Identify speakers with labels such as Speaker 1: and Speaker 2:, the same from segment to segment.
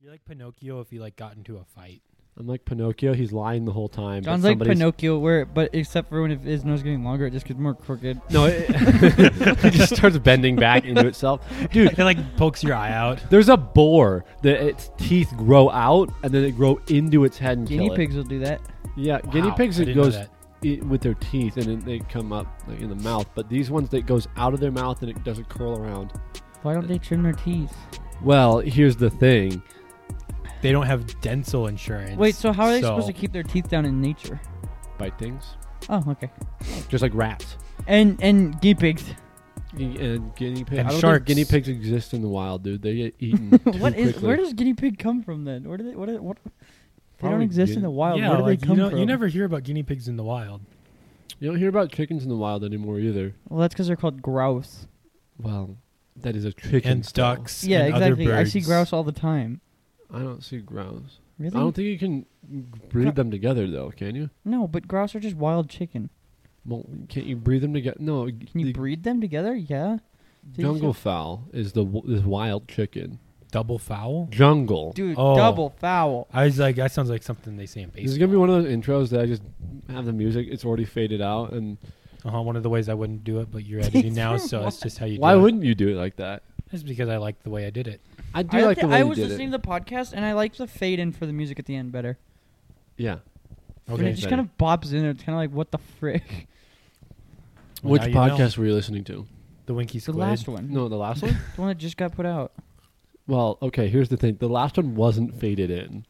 Speaker 1: You're like Pinocchio if you like got into a fight.
Speaker 2: I'm like Pinocchio. He's lying the whole time.
Speaker 3: John's
Speaker 2: but
Speaker 3: like
Speaker 2: somebody's-
Speaker 3: Pinocchio, where but except for when if his nose getting longer, it just gets more crooked.
Speaker 2: No, it, it just starts bending back into itself. Dude,
Speaker 1: It like pokes your eye out.
Speaker 2: there's a boar that its teeth grow out and then they grow into its head and
Speaker 3: Guinea
Speaker 2: kill it.
Speaker 3: pigs will do that.
Speaker 2: Yeah, guinea
Speaker 1: Wow,
Speaker 2: pigs
Speaker 1: I
Speaker 2: it
Speaker 1: didn't know
Speaker 2: goes
Speaker 1: that.
Speaker 2: i with their teeth and then they come up like, in the mouth. But these ones that goes out of their mouth and it doesn't curl around.
Speaker 3: Why don't they trim their teeth?
Speaker 2: Well, here's the thing.
Speaker 1: They don't have dental insurance.
Speaker 3: Wait, so how are they supposed to keep their teeth down in nature?
Speaker 2: Bite things,
Speaker 3: Oh, okay.
Speaker 2: just like rats
Speaker 3: And and guinea pigs.
Speaker 2: Gu- and guinea pigs.
Speaker 1: And
Speaker 2: I don't
Speaker 1: sharks.
Speaker 2: think guinea pigs exist in the wild, dude. They get eaten. too
Speaker 3: what is
Speaker 2: quickly.
Speaker 3: where does guinea pig come from then? Where do they what are, what? They don't
Speaker 2: Probably
Speaker 3: exist in
Speaker 2: guinea-
Speaker 3: the wild.
Speaker 1: Yeah,
Speaker 3: where do
Speaker 1: like,
Speaker 3: they come
Speaker 1: you know,
Speaker 3: from?
Speaker 1: you never hear about guinea pigs in the wild.
Speaker 2: you don't hear about chickens in the wild anymore either?
Speaker 3: Well, that's because they're called grouse.
Speaker 2: Well, that is a chicken.
Speaker 1: And
Speaker 2: still.
Speaker 1: ducks.
Speaker 3: Yeah,
Speaker 1: and
Speaker 3: exactly.
Speaker 1: Other
Speaker 3: I
Speaker 1: birds.
Speaker 3: see grouse all the time.
Speaker 2: I don't see grouse.
Speaker 3: Really?
Speaker 2: I don't think you can breed them together though. Can you?
Speaker 3: no, but grouse are just wild chicken.
Speaker 2: Well, can't you breed them together? No.
Speaker 3: Can you
Speaker 2: the-
Speaker 3: breed them together? Yeah. So you
Speaker 2: Jungle
Speaker 3: said-
Speaker 2: fowl is the w- is wild chicken.
Speaker 1: Double fowl.
Speaker 2: Jungle.
Speaker 3: Dude,
Speaker 1: Oh.
Speaker 3: double foul.
Speaker 1: I was like, that sounds like something they say in
Speaker 2: This is
Speaker 1: baseball.
Speaker 2: gonna be one of those intros that I just have the music. It's already faded out, and
Speaker 1: Uh-huh, one of the ways I wouldn't do it, but you're editing now, so that's just how you.
Speaker 2: why
Speaker 1: do it.
Speaker 2: wouldn't you do it like that?
Speaker 1: That's because I like the way I did it.
Speaker 2: I do
Speaker 3: I,
Speaker 2: like
Speaker 3: liked
Speaker 2: the
Speaker 3: it-
Speaker 2: way
Speaker 3: I
Speaker 2: you
Speaker 3: was
Speaker 2: did
Speaker 3: listening
Speaker 2: it.
Speaker 3: to the podcast and I like the fade in for the music at the end better.
Speaker 2: yeah.
Speaker 3: And it
Speaker 1: Okay.
Speaker 3: just
Speaker 2: better.
Speaker 3: kind of bops in there. It's kind of like what the frick.
Speaker 1: Well,
Speaker 2: Which
Speaker 1: now you know.
Speaker 2: podcast were you listening to?
Speaker 1: The Winky
Speaker 3: The
Speaker 1: Squid.
Speaker 3: last one.
Speaker 2: No, the last one.
Speaker 3: The one that just got put out.
Speaker 2: Well, okay. Here's the thing: the last one wasn't faded in.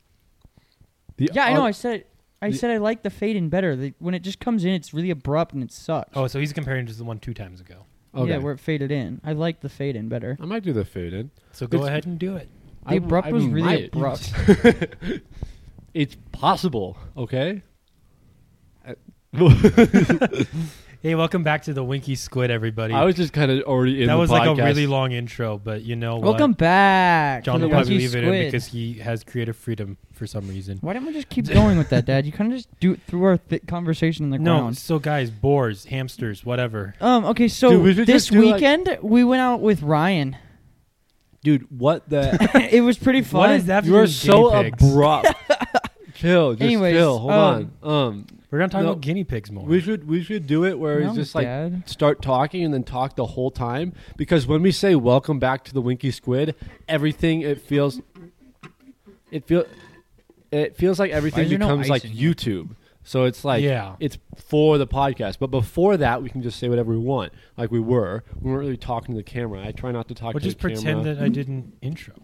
Speaker 2: The
Speaker 3: Yeah, I know.
Speaker 2: oth-
Speaker 3: I said I
Speaker 2: the-
Speaker 3: said I like the fade in better. The, when it just comes in, it's really abrupt and it sucks.
Speaker 1: Oh, so he's comparing to the one two times ago.
Speaker 2: okay.
Speaker 3: Yeah, where it faded in. I like the fade in better.
Speaker 2: I might do the fade in.
Speaker 1: So go
Speaker 2: It's-
Speaker 1: ahead and do it.
Speaker 3: The
Speaker 2: I w-
Speaker 3: abrupt
Speaker 2: I
Speaker 3: was
Speaker 2: might.
Speaker 3: really abrupt.
Speaker 2: It's possible. Okay.
Speaker 1: Hey, welcome back to the Winky Squid, everybody.
Speaker 2: I was just kind of already in.
Speaker 1: that
Speaker 2: the
Speaker 1: was like a
Speaker 2: podcast.
Speaker 1: really long intro, but you know what?
Speaker 3: Welcome back.
Speaker 1: John
Speaker 3: to
Speaker 1: will
Speaker 3: the
Speaker 1: probably
Speaker 3: Lucky
Speaker 1: leave
Speaker 3: Squid.
Speaker 1: it in because he has creative freedom for some reason.
Speaker 3: Why don't we just keep going with that, Dad? You kind of just do it through our th- conversation in the
Speaker 1: No,
Speaker 3: ground.
Speaker 1: so guys, boars, hamsters, whatever.
Speaker 3: Um. Okay. So
Speaker 2: Dude, we should
Speaker 3: this
Speaker 2: just do, like-
Speaker 3: weekend we went out with Ryan.
Speaker 2: dude. What the?
Speaker 3: it was pretty fun.
Speaker 1: What is that?
Speaker 2: You are so
Speaker 1: pigs.
Speaker 2: abrupt. chill, just
Speaker 3: Anyways,
Speaker 2: chill. Hold
Speaker 3: um,
Speaker 2: on. Um,
Speaker 1: We're not talking
Speaker 2: No.
Speaker 1: about guinea pigs more.
Speaker 2: we should we should do it where
Speaker 3: No,
Speaker 2: it's just like
Speaker 3: Dad.
Speaker 2: start talking and then talk the whole time because when we say welcome back to the Winky Squid, everything it feels it feel it feels like everything
Speaker 3: is there no
Speaker 2: becomes
Speaker 3: ice
Speaker 2: like
Speaker 3: in here?
Speaker 2: YouTube. So it's like
Speaker 1: Yeah.
Speaker 2: it's for the podcast, but before that we can just say whatever we want, like we were. We weren't really talking to the camera. I try not to talk
Speaker 1: or
Speaker 2: to
Speaker 1: just
Speaker 2: the camera.
Speaker 1: pretend that I did an intro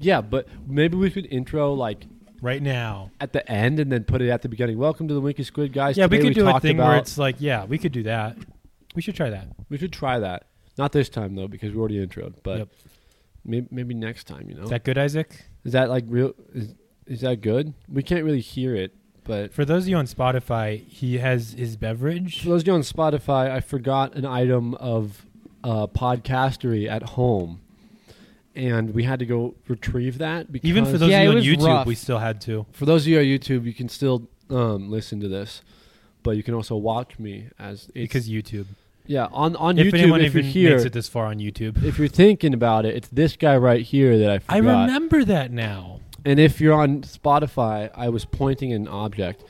Speaker 2: yeah, but maybe we could intro like
Speaker 1: right now.
Speaker 2: at the end and then put it at the beginning. Welcome to the Winky Squid, guys.
Speaker 1: Yeah, we
Speaker 2: Today
Speaker 1: could do a
Speaker 2: talked
Speaker 1: thing
Speaker 2: about,
Speaker 1: where it's like, yeah, we could do that. We should try that.
Speaker 2: We should try that. Not this time though, because we already introed. But
Speaker 1: Yep.
Speaker 2: maybe, maybe next time. You know,
Speaker 1: Is that good, Isaac?
Speaker 2: is that like real? Is, is that good? We can't really hear it, but
Speaker 1: For those of you on Spotify, he has his beverage.
Speaker 2: for those of you on Spotify, I forgot an item of uh, podcastery at home, and we had to go retrieve that. Because
Speaker 1: Even for those
Speaker 3: Yeah, it
Speaker 1: of
Speaker 3: was
Speaker 1: you on YouTube,
Speaker 3: rough.
Speaker 1: we still had to.
Speaker 2: for those of you on YouTube, you can still um, listen to this, but you can also watch me as it's,
Speaker 1: Because YouTube.
Speaker 2: yeah on on
Speaker 1: if
Speaker 2: YouTube
Speaker 1: anyone
Speaker 2: if you're
Speaker 1: even
Speaker 2: here.
Speaker 1: makes it this far on YouTube.
Speaker 2: if you're thinking about it, it's this guy right here that I forgot.
Speaker 1: I remember that now.
Speaker 2: And if you're on Spotify, I was pointing at an object.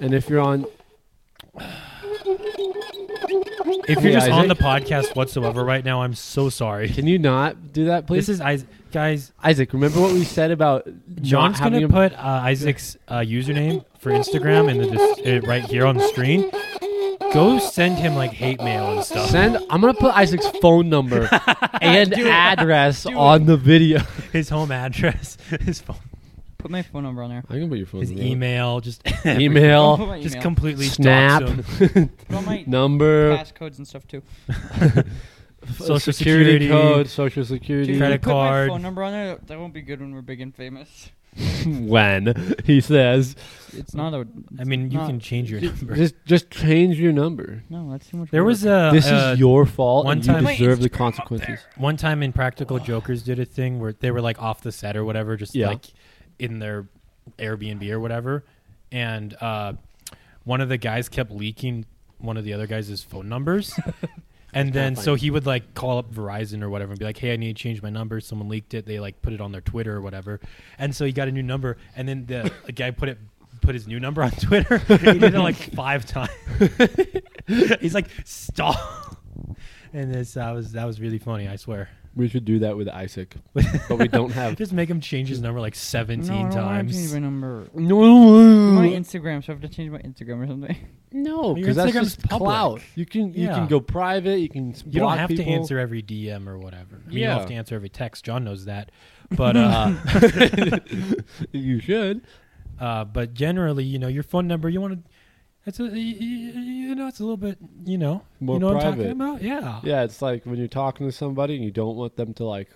Speaker 2: And if you're on,
Speaker 1: If you're
Speaker 2: Yeah,
Speaker 1: just on the
Speaker 2: Isaac?
Speaker 1: podcast whatsoever right now, I'm so sorry.
Speaker 2: can you not do that, please?
Speaker 1: This is Isaac. Guys,
Speaker 2: Isaac. Remember what we said about
Speaker 1: John's
Speaker 2: not having
Speaker 1: going to put
Speaker 2: a-
Speaker 1: uh, Isaac's uh, username for Instagram in the dis- uh, right here on the screen. Go send him like hate mail and stuff.
Speaker 2: send. I'm gonna put Isaac's phone number and address on the video.
Speaker 1: his home address, his phone,
Speaker 3: Put my phone number on there.
Speaker 2: I can put your phone
Speaker 1: his email, just
Speaker 3: Put
Speaker 2: email,
Speaker 3: my
Speaker 1: just
Speaker 3: email.
Speaker 1: completely
Speaker 2: snap,
Speaker 1: dox him.
Speaker 3: Put all my
Speaker 2: number,
Speaker 3: passcodes and stuff too.
Speaker 1: Social security.
Speaker 2: code, social security.
Speaker 3: Dude,
Speaker 1: Credit
Speaker 3: if you put
Speaker 1: card.
Speaker 3: My phone number on there. That won't be good when we're big and famous.
Speaker 2: when he says,
Speaker 3: It's not a.
Speaker 1: I mean, you
Speaker 3: No.
Speaker 1: can change your number.
Speaker 2: just just change your number.
Speaker 3: No, that's too much.
Speaker 1: There
Speaker 3: work.
Speaker 1: was a
Speaker 2: this
Speaker 1: uh,
Speaker 2: is your fault,
Speaker 1: one
Speaker 2: and you
Speaker 1: time-
Speaker 3: Wait,
Speaker 2: deserve
Speaker 3: it's
Speaker 2: the consequences.
Speaker 1: One time in Practical Jokers did a thing where they were like off the set or whatever, just
Speaker 2: Yeah.
Speaker 1: like in their Airbnb or whatever, and uh, one of the guys kept leaking one of the other guys' phone numbers, And then
Speaker 2: fine.
Speaker 1: so he would like call up Verizon or whatever and be like, "Hey, I need to change my number. Someone leaked it. They like put it on their Twitter or whatever." And so he got a new number, and then the, the guy put it put his new number on Twitter. he did it like five times. He's like, "Stop." And this that was that was really funny. I swear.
Speaker 2: We should do that with Isaac, but we don't have.
Speaker 1: Just make him change his number like
Speaker 3: no, I
Speaker 1: seventeen
Speaker 3: don't want to change
Speaker 1: times.
Speaker 3: my number. My
Speaker 2: No,
Speaker 3: Instagram, so I have to change my Instagram or something.
Speaker 1: Your
Speaker 2: no, because that's
Speaker 1: Instagram's
Speaker 2: just clout.
Speaker 1: public.
Speaker 2: You can you
Speaker 1: Yeah.
Speaker 2: can go private. You can s-
Speaker 1: You don't
Speaker 2: block
Speaker 1: have to
Speaker 2: people.
Speaker 1: answer every DM or whatever. I mean, you
Speaker 2: Yeah.
Speaker 1: don't have to answer every text. John knows that. But uh,
Speaker 2: You should.
Speaker 1: uh, but generally, you know, your phone number, you want to. It's a, y- y- you know, it's a little bit, you know,
Speaker 2: More
Speaker 1: you know
Speaker 2: private.
Speaker 1: what I'm talking about. Yeah.
Speaker 2: Yeah, it's like when you're talking to somebody and you don't want them to like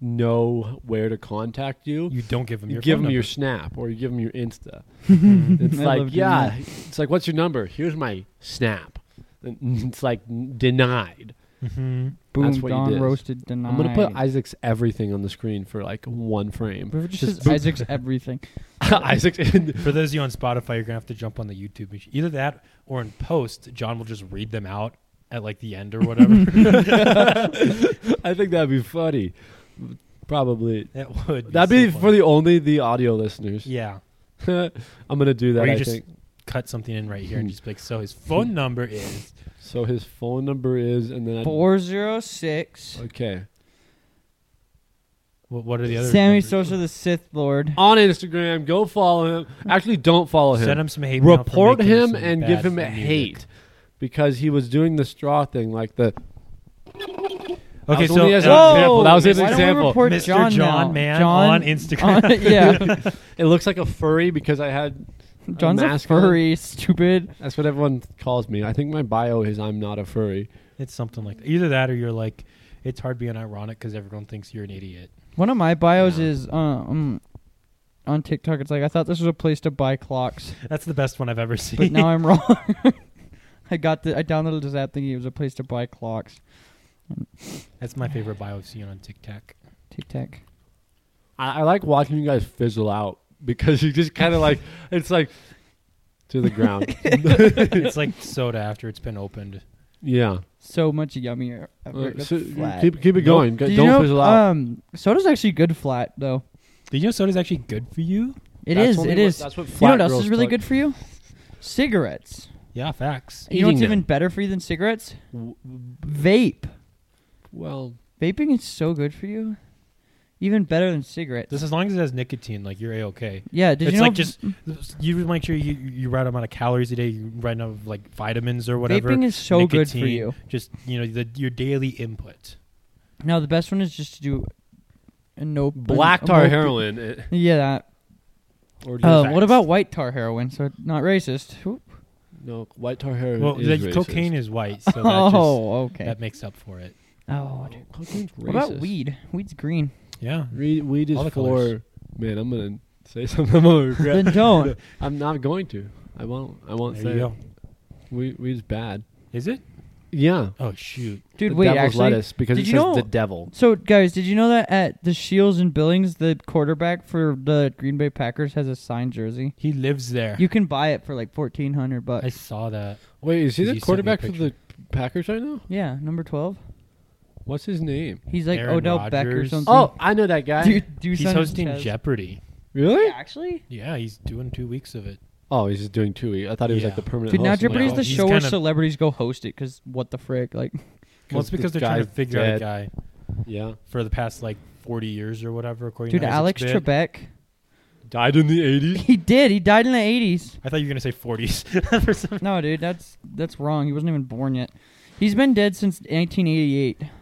Speaker 2: know where to contact you.
Speaker 1: You don't give them
Speaker 2: you
Speaker 1: your
Speaker 2: give
Speaker 1: phone
Speaker 2: them your
Speaker 1: number.
Speaker 2: Snap or you give them your Insta.
Speaker 1: Mm.
Speaker 2: It's
Speaker 3: I love
Speaker 2: like,
Speaker 3: doing
Speaker 2: yeah,
Speaker 3: that.
Speaker 2: it's like, what's your number? Here's my Snap. And It's like n- denied.
Speaker 1: Mhm.
Speaker 3: Boom,
Speaker 2: what you
Speaker 3: Don
Speaker 2: did.
Speaker 3: roasted denied.
Speaker 2: I'm gonna put Isaac's everything on the screen for like one frame.
Speaker 3: What if it just
Speaker 2: Just
Speaker 3: says Isaac's everything.
Speaker 2: Isaac's in
Speaker 1: For those of you on Spotify, you're gonna have to jump on the YouTube. mach- Either that or in post, John will just read them out at like the end or whatever.
Speaker 2: I think that'd be funny. Probably.
Speaker 1: that would. Be
Speaker 2: That'd be
Speaker 1: so
Speaker 2: for
Speaker 1: funny.
Speaker 2: the only the audio listeners.
Speaker 1: Yeah.
Speaker 2: I'm gonna do that.
Speaker 1: or you
Speaker 2: I
Speaker 1: just
Speaker 2: think.
Speaker 1: cut something in right here and just be like, so his phone number is.
Speaker 2: So his phone number is, and then I'd-
Speaker 3: 406.
Speaker 2: okay
Speaker 1: What, what are the other?
Speaker 3: Sammy
Speaker 1: numbers?
Speaker 3: Sosa the Sith Lord.
Speaker 2: on Instagram. Go follow him. Actually, don't follow him.
Speaker 1: Send him some hate. mail for
Speaker 2: Report
Speaker 1: making
Speaker 2: him
Speaker 1: some
Speaker 2: and
Speaker 1: bad
Speaker 2: give him
Speaker 1: music.
Speaker 2: hate because he was doing the straw thing, like the. That
Speaker 1: Okay,
Speaker 2: was
Speaker 1: so
Speaker 2: only as an
Speaker 1: uh,
Speaker 2: example. That was his
Speaker 3: Why don't we
Speaker 2: example.
Speaker 3: report
Speaker 1: Mr.
Speaker 3: John,
Speaker 1: John
Speaker 3: now?
Speaker 1: Man
Speaker 3: John,
Speaker 1: on Instagram.
Speaker 3: on- yeah,
Speaker 2: It looks like a furry because I had.
Speaker 3: John's a
Speaker 2: mascot.
Speaker 3: furry, stupid.
Speaker 2: That's what everyone calls me. I think my bio is I'm not a furry.
Speaker 1: It's something like either that or you're like, it's hard being ironic because everyone thinks you're an idiot.
Speaker 3: One of my bios
Speaker 2: Yeah.
Speaker 3: is um on TikTok. It's like I thought this was a place to buy clocks,
Speaker 1: That's the best one I've ever
Speaker 3: but
Speaker 1: seen.
Speaker 3: now I'm wrong. I got the I downloaded this app thinking it was a place to buy clocks.
Speaker 1: That's my favorite bio I've seen on TikTok.
Speaker 3: TikTok.
Speaker 2: I, I like watching you guys fizzle out because you just kind of like it's like to the ground.
Speaker 1: it's like soda after it's been opened.
Speaker 2: yeah.
Speaker 3: So much yummier. I've
Speaker 2: Uh,
Speaker 3: heard of
Speaker 2: so
Speaker 3: flat.
Speaker 2: keep keep
Speaker 1: Nope.
Speaker 2: it going.
Speaker 3: Do
Speaker 2: Go-
Speaker 3: you
Speaker 2: Don't
Speaker 3: know,
Speaker 2: fizzle out.
Speaker 3: Um, soda's actually good flat though.
Speaker 1: Did you know soda's actually good for you?
Speaker 3: It
Speaker 2: That's
Speaker 3: is.
Speaker 2: only
Speaker 3: It
Speaker 2: what-
Speaker 3: is.
Speaker 2: that's what
Speaker 3: you know
Speaker 2: flat
Speaker 3: what else
Speaker 2: girls
Speaker 3: is really
Speaker 2: talk-
Speaker 3: good for you? Cigarettes.
Speaker 1: Yeah, facts.
Speaker 3: You know what's
Speaker 2: Eating them.
Speaker 3: even better for you than cigarettes?
Speaker 2: W-
Speaker 3: Vape.
Speaker 2: Well,
Speaker 3: Vaping is so good for you. Even better than cigarettes.
Speaker 1: Just as long as it has nicotine, like you're a okay.
Speaker 3: yeah, did
Speaker 1: it's
Speaker 3: you know
Speaker 1: like just you would make sure you you right amount of calories a day, you right amount of like vitamins or whatever.
Speaker 3: vaping is so good for
Speaker 1: nicotine,
Speaker 3: you.
Speaker 1: Just you know the, your daily input.
Speaker 3: Now the best one is just to do a no
Speaker 2: black
Speaker 3: a
Speaker 2: tar
Speaker 3: no-
Speaker 2: heroin. it-
Speaker 3: Yeah, that.
Speaker 2: or just
Speaker 3: Uh, what
Speaker 2: facts.
Speaker 3: about white tar heroin? So not racist. Oop.
Speaker 2: no white tar heroin?
Speaker 1: Well,
Speaker 2: is
Speaker 1: the
Speaker 2: racist.
Speaker 1: cocaine is white, so that just
Speaker 3: oh, okay.
Speaker 1: that makes up for it.
Speaker 3: oh, dude.
Speaker 2: Cocaine's
Speaker 3: What about
Speaker 2: racist.
Speaker 3: weed? Weed's green.
Speaker 1: Yeah.
Speaker 2: Re- weed is
Speaker 1: All the
Speaker 2: for
Speaker 1: colours.
Speaker 2: man. I'm gonna say something I'm gonna
Speaker 3: then
Speaker 2: regret.
Speaker 3: don't.
Speaker 2: I'm not going to. I won't. I won't
Speaker 1: There
Speaker 2: say
Speaker 1: you go.
Speaker 2: weed. Weed's bad.
Speaker 1: Is it?
Speaker 2: Yeah,
Speaker 1: Oh shoot.
Speaker 3: Dude,
Speaker 2: the
Speaker 3: wait,
Speaker 2: devil's
Speaker 3: actually.
Speaker 2: lettuce because
Speaker 3: did
Speaker 2: it
Speaker 3: you
Speaker 2: says
Speaker 3: know-
Speaker 2: the devil.
Speaker 3: So, guys, did you know that at the Shields and Billings, the quarterback for the Green Bay Packers has a signed jersey?
Speaker 1: He lives there.
Speaker 3: You can buy it for like fourteen hundred bucks.
Speaker 1: I saw that.
Speaker 2: Wait, is he
Speaker 1: Did
Speaker 2: the
Speaker 1: you send me a
Speaker 2: quarterback for
Speaker 1: picture?
Speaker 2: the Packers right now?
Speaker 3: yeah, number twelve.
Speaker 2: What's his name?
Speaker 3: He's like
Speaker 1: Aaron
Speaker 3: Odell Beck or
Speaker 1: Rodgers.
Speaker 3: something.
Speaker 2: Oh, I know that guy.
Speaker 3: do you, do you
Speaker 1: He's
Speaker 3: sound
Speaker 1: hosting
Speaker 3: jazzed?
Speaker 1: Jeopardy.
Speaker 2: Really?
Speaker 3: Yeah, actually,
Speaker 1: Yeah, he's doing two weeks of it.
Speaker 2: Oh, he's just doing two. I thought he was like
Speaker 1: Yeah.
Speaker 2: the permanent.
Speaker 3: dude. Now
Speaker 2: host.
Speaker 3: Jeopardy's
Speaker 1: no,
Speaker 3: the
Speaker 1: he's
Speaker 3: show where
Speaker 1: kinda-
Speaker 3: celebrities go host it because what the frick? Like,
Speaker 1: Well, it's because they're trying to figure out a guy
Speaker 2: Yeah,
Speaker 1: for the past like 40 years or whatever. According
Speaker 3: dude,
Speaker 1: to
Speaker 3: Alex
Speaker 1: Isaac's bit.
Speaker 3: Trebek,
Speaker 2: died in the '80s.
Speaker 3: he did. He died in the eighties.
Speaker 1: I thought you were gonna say 40s. For some-
Speaker 3: No, dude, that's that's wrong. He wasn't even born yet. He's been dead since 1988.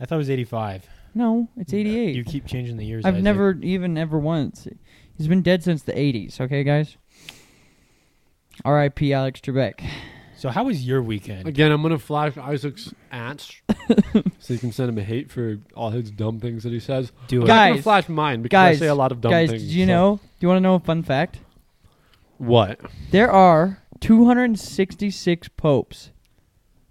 Speaker 1: I thought it was 85.
Speaker 3: No, it's 88.
Speaker 1: You keep changing the years.
Speaker 3: I've
Speaker 1: Isaac.
Speaker 3: never even ever once. He's been dead since the '80s. Okay, guys. R.I.P. Alex Trebek.
Speaker 1: So how was your weekend?
Speaker 2: Again, I'm gonna flash Isaac's ads so you can send him hate for all his dumb things that he says.
Speaker 1: Do it.
Speaker 2: I'm not gonna
Speaker 3: Guys.
Speaker 2: flash mine because
Speaker 3: Guys,
Speaker 2: I say a lot of dumb
Speaker 3: guys,
Speaker 2: things.
Speaker 3: do you
Speaker 2: so-
Speaker 3: know? Do you want to know a fun fact?
Speaker 2: what?
Speaker 3: There are 266 popes.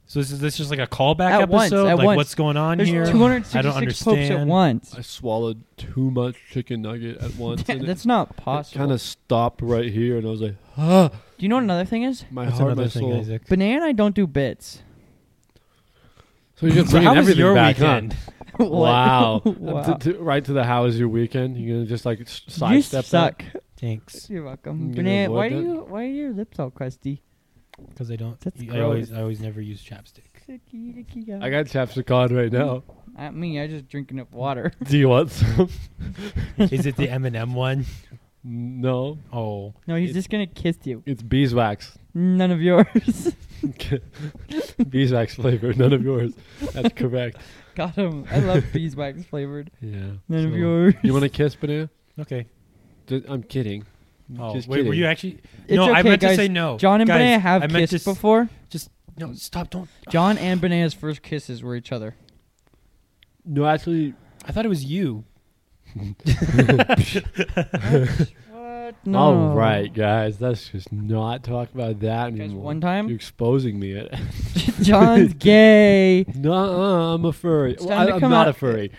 Speaker 1: So this is this just like a callback
Speaker 3: At
Speaker 1: episode?
Speaker 3: once, at
Speaker 1: like
Speaker 3: once.
Speaker 1: what's going on
Speaker 3: There's
Speaker 1: here? I don't
Speaker 3: 266 popes at
Speaker 1: understand.
Speaker 3: once.
Speaker 2: I swallowed too much chicken nugget at once.
Speaker 3: Yeah,
Speaker 2: and it-
Speaker 3: That's not
Speaker 2: it
Speaker 3: possible.
Speaker 2: kind of stopped right here, and I was like, ah,
Speaker 3: do you know what another thing is?
Speaker 2: my
Speaker 1: That's
Speaker 2: heart,
Speaker 1: another
Speaker 2: my
Speaker 1: thing,
Speaker 2: soul.
Speaker 1: Isaac.
Speaker 3: Banana and I don't do bits.
Speaker 2: So you're just
Speaker 1: So
Speaker 2: bringing
Speaker 1: how was
Speaker 2: everything
Speaker 1: your
Speaker 2: back, huh?
Speaker 1: weekend?
Speaker 3: What?
Speaker 2: Wow.
Speaker 3: Wow.
Speaker 2: To- to- right to the how is your weekend? You're gonna just like s-
Speaker 3: you
Speaker 2: sidestep
Speaker 3: suck.
Speaker 1: Thanks,
Speaker 3: You're welcome.
Speaker 2: You gonna
Speaker 3: Brennan, why do
Speaker 2: avoid that?
Speaker 3: you? Why are your lips all crusty?
Speaker 1: because I don't.
Speaker 3: That's
Speaker 1: I always,
Speaker 3: gross.
Speaker 1: I always never use chapstick.
Speaker 2: that. I got chapstick on right now.
Speaker 3: Not me. I just drinking up water.
Speaker 2: Do you want some?
Speaker 1: Is it the M and M one?
Speaker 2: no,
Speaker 1: Oh,
Speaker 3: No, he's
Speaker 2: It-
Speaker 3: just gonna kiss you.
Speaker 2: it's beeswax.
Speaker 3: None of yours.
Speaker 2: beeswax flavor, none of yours. That's correct.
Speaker 3: got him. I love beeswax flavored.
Speaker 2: Yeah.
Speaker 3: None of
Speaker 2: So,
Speaker 3: yours.
Speaker 2: You want to kiss, Banana?
Speaker 1: okay.
Speaker 2: Ju- I'm kidding.
Speaker 1: Oh,
Speaker 2: Just
Speaker 1: wait, were
Speaker 2: kidding.
Speaker 1: you actually?
Speaker 3: It's
Speaker 1: no, I
Speaker 3: okay,
Speaker 1: meant
Speaker 3: guys.
Speaker 1: to say no.
Speaker 3: John and
Speaker 1: guys,
Speaker 3: Banana have
Speaker 1: I meant
Speaker 3: kissed
Speaker 1: to s-
Speaker 3: before.
Speaker 1: Just no, stop! Don't.
Speaker 3: John and Banana's first kisses were each other.
Speaker 2: No, actually,
Speaker 1: I thought it was you.
Speaker 3: what? No.
Speaker 2: all right, guys. Let's just not talk about that
Speaker 3: Guys,
Speaker 2: anymore.
Speaker 3: one time-
Speaker 2: you're exposing me. At
Speaker 3: John's gay.
Speaker 2: no, I'm a furry.
Speaker 3: It's
Speaker 2: Well,
Speaker 3: time
Speaker 2: I,
Speaker 3: to
Speaker 2: am
Speaker 3: come
Speaker 2: not
Speaker 3: out.
Speaker 2: a furry.